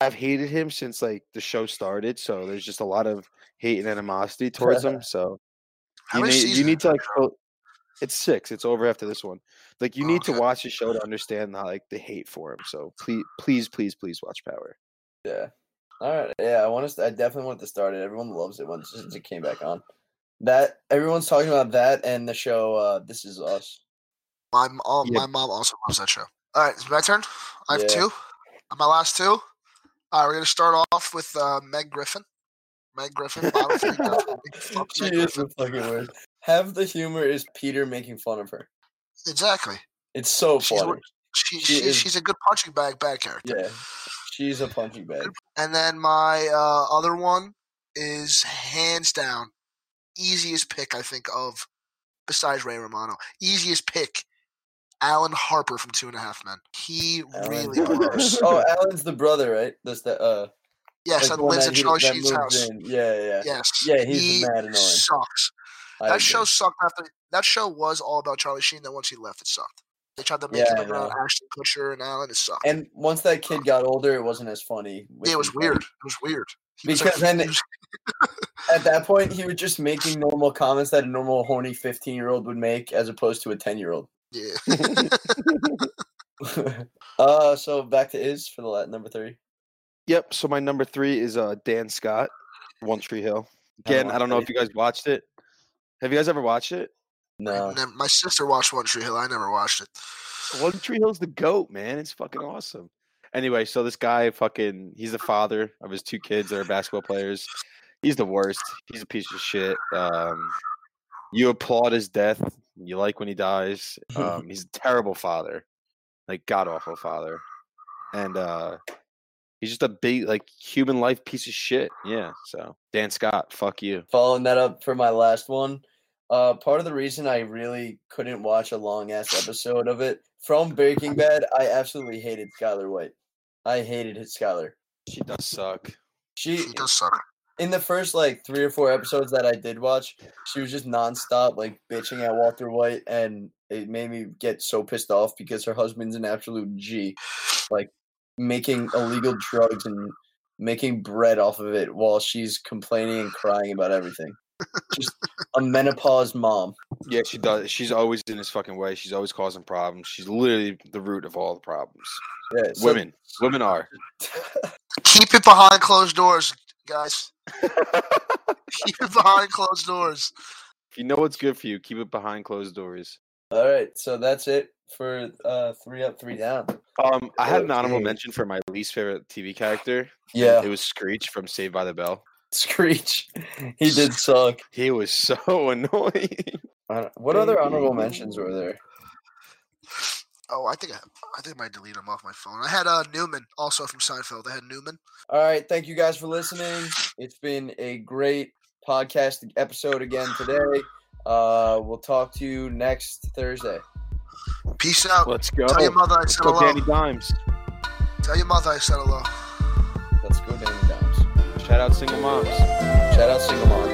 Speaker 3: I've hated him since like the show started. So there's just a lot of hate and animosity towards him. So
Speaker 1: How
Speaker 3: you
Speaker 1: many
Speaker 3: need,
Speaker 1: seasons?
Speaker 3: you need to like go- it's six it's over after this one like you
Speaker 1: Oh,
Speaker 3: need to
Speaker 1: okay.
Speaker 3: watch the show to understand how like the hate for him so please please please please watch power
Speaker 2: Yeah. All right. Yeah, I want to. I definitely want to start it. Everyone loves it once since it came back on. That everyone's talking about that and the show. uh This is us.
Speaker 1: My m- all,
Speaker 3: Yeah.
Speaker 1: my mom also loves that show. All right, it's my turn. I have
Speaker 2: Yeah.
Speaker 1: two. My last two. All right, we're gonna start off with uh, Meg Griffin. Meg Griffin, bottom three. definitely. Fuck
Speaker 2: She
Speaker 1: Meg
Speaker 2: is the
Speaker 1: Griffin.
Speaker 2: fucking worst. Half the humor is Peter making fun of her.
Speaker 1: Exactly.
Speaker 2: It's so
Speaker 1: She's
Speaker 2: funny.
Speaker 1: wor- She,
Speaker 2: She
Speaker 1: she,
Speaker 2: is-
Speaker 1: she's a good punching bag bad character.
Speaker 2: Yeah, she's a punching bag.
Speaker 1: And then my uh, other one is hands down easiest pick I think of besides Ray Romano. Easiest pick, Alan Harper from Two and a Half Men. He
Speaker 2: Alan
Speaker 1: really
Speaker 2: Harper.
Speaker 1: blows.
Speaker 2: Oh, Alan's the brother, right? That's the uh.
Speaker 1: Yes,
Speaker 2: like
Speaker 1: that
Speaker 2: the one
Speaker 1: lives at
Speaker 2: he-
Speaker 1: Charlie
Speaker 2: that
Speaker 1: Sheen's
Speaker 2: moves
Speaker 1: house.
Speaker 2: in. Yeah, yeah. yeah.
Speaker 1: Yes.
Speaker 2: Yeah, he's
Speaker 1: he
Speaker 2: mad annoying.
Speaker 1: sucks.
Speaker 2: I
Speaker 1: That show
Speaker 2: agree.
Speaker 1: sucked after that show was all about Charlie Sheen. Then once he left, it sucked. They tried to make
Speaker 2: Yeah, I
Speaker 1: it about Ashton Kutcher and Alan. It sucked.
Speaker 2: And once that kid got older, it wasn't as funny. with
Speaker 1: Yeah, it was
Speaker 2: him.
Speaker 1: weird. It was weird. He was
Speaker 2: Because then-
Speaker 1: he was-
Speaker 2: At that point, he was just making normal comments that a normal horny fifteen-year-old would make, as opposed to a ten-year-old.
Speaker 1: yeah.
Speaker 2: uh, so back to is for the la- number three.
Speaker 3: yep so my number three is uh dan scott one tree hill again i don't know if you guys watched it have you guys ever watched it
Speaker 2: No,
Speaker 1: Never- my sister watched One Tree Hill. I never watched it.
Speaker 3: one tree hill's the goat man it's fucking awesome anyway so this guy fucking he's the father of his two kids that are basketball players he's the worst he's a piece of shit um you applaud his death you like when he dies um he's a terrible father like god awful father, and uh he's just a big like human life piece of shit. Yeah, so Dan Scott, fuck you.
Speaker 2: following that up for my last one. Uh, part of the reason I really couldn't watch a long ass episode of it from Breaking Bad, I absolutely hated Skylar White. I hated his Skylar.
Speaker 3: She does suck.
Speaker 2: She
Speaker 1: He does suck.
Speaker 2: in the first like three or four episodes that I did watch, she was just nonstop like bitching at Walter White, and it made me get so pissed off because her husband's an absolute G, like making illegal drugs and making bread off of it while she's complaining and crying about everything. a menopause mom.
Speaker 3: Yeah, she does. She's always in his fucking way. She's always causing problems. She's literally the root of all the problems.
Speaker 2: Yeah, so-
Speaker 3: Women, women are.
Speaker 1: Keep it behind closed doors, guys. Keep it behind closed doors.
Speaker 3: If you know what's good for you, keep it behind closed doors.
Speaker 2: All right, so that's it for uh, three up, three down.
Speaker 3: Um, I had an honorable
Speaker 2: Okay.
Speaker 3: mention for my least favorite TV character.
Speaker 2: Yeah,
Speaker 3: it was Screech from Saved by the Bell.
Speaker 2: Screech. He did suck.
Speaker 3: He was so annoying.
Speaker 2: I don't- What other honorable mentions were there?
Speaker 1: Oh, I think I, I think I might delete him off my phone. I had uh, Newman also from Seinfeld. I had Newman.
Speaker 2: All right, thank you guys for listening. It's been a great podcast episode again today. Uh, we'll talk to you next Thursday.
Speaker 1: Peace out.
Speaker 3: Let's go.
Speaker 1: Tell your mother I
Speaker 3: Let's
Speaker 1: said
Speaker 3: go,
Speaker 1: hello.
Speaker 3: Oh. Danny Dimes.
Speaker 1: Tell your mother I said hello.
Speaker 2: Let's go, Danny Dimes.
Speaker 3: Shout out single moms.
Speaker 2: Shout out single moms.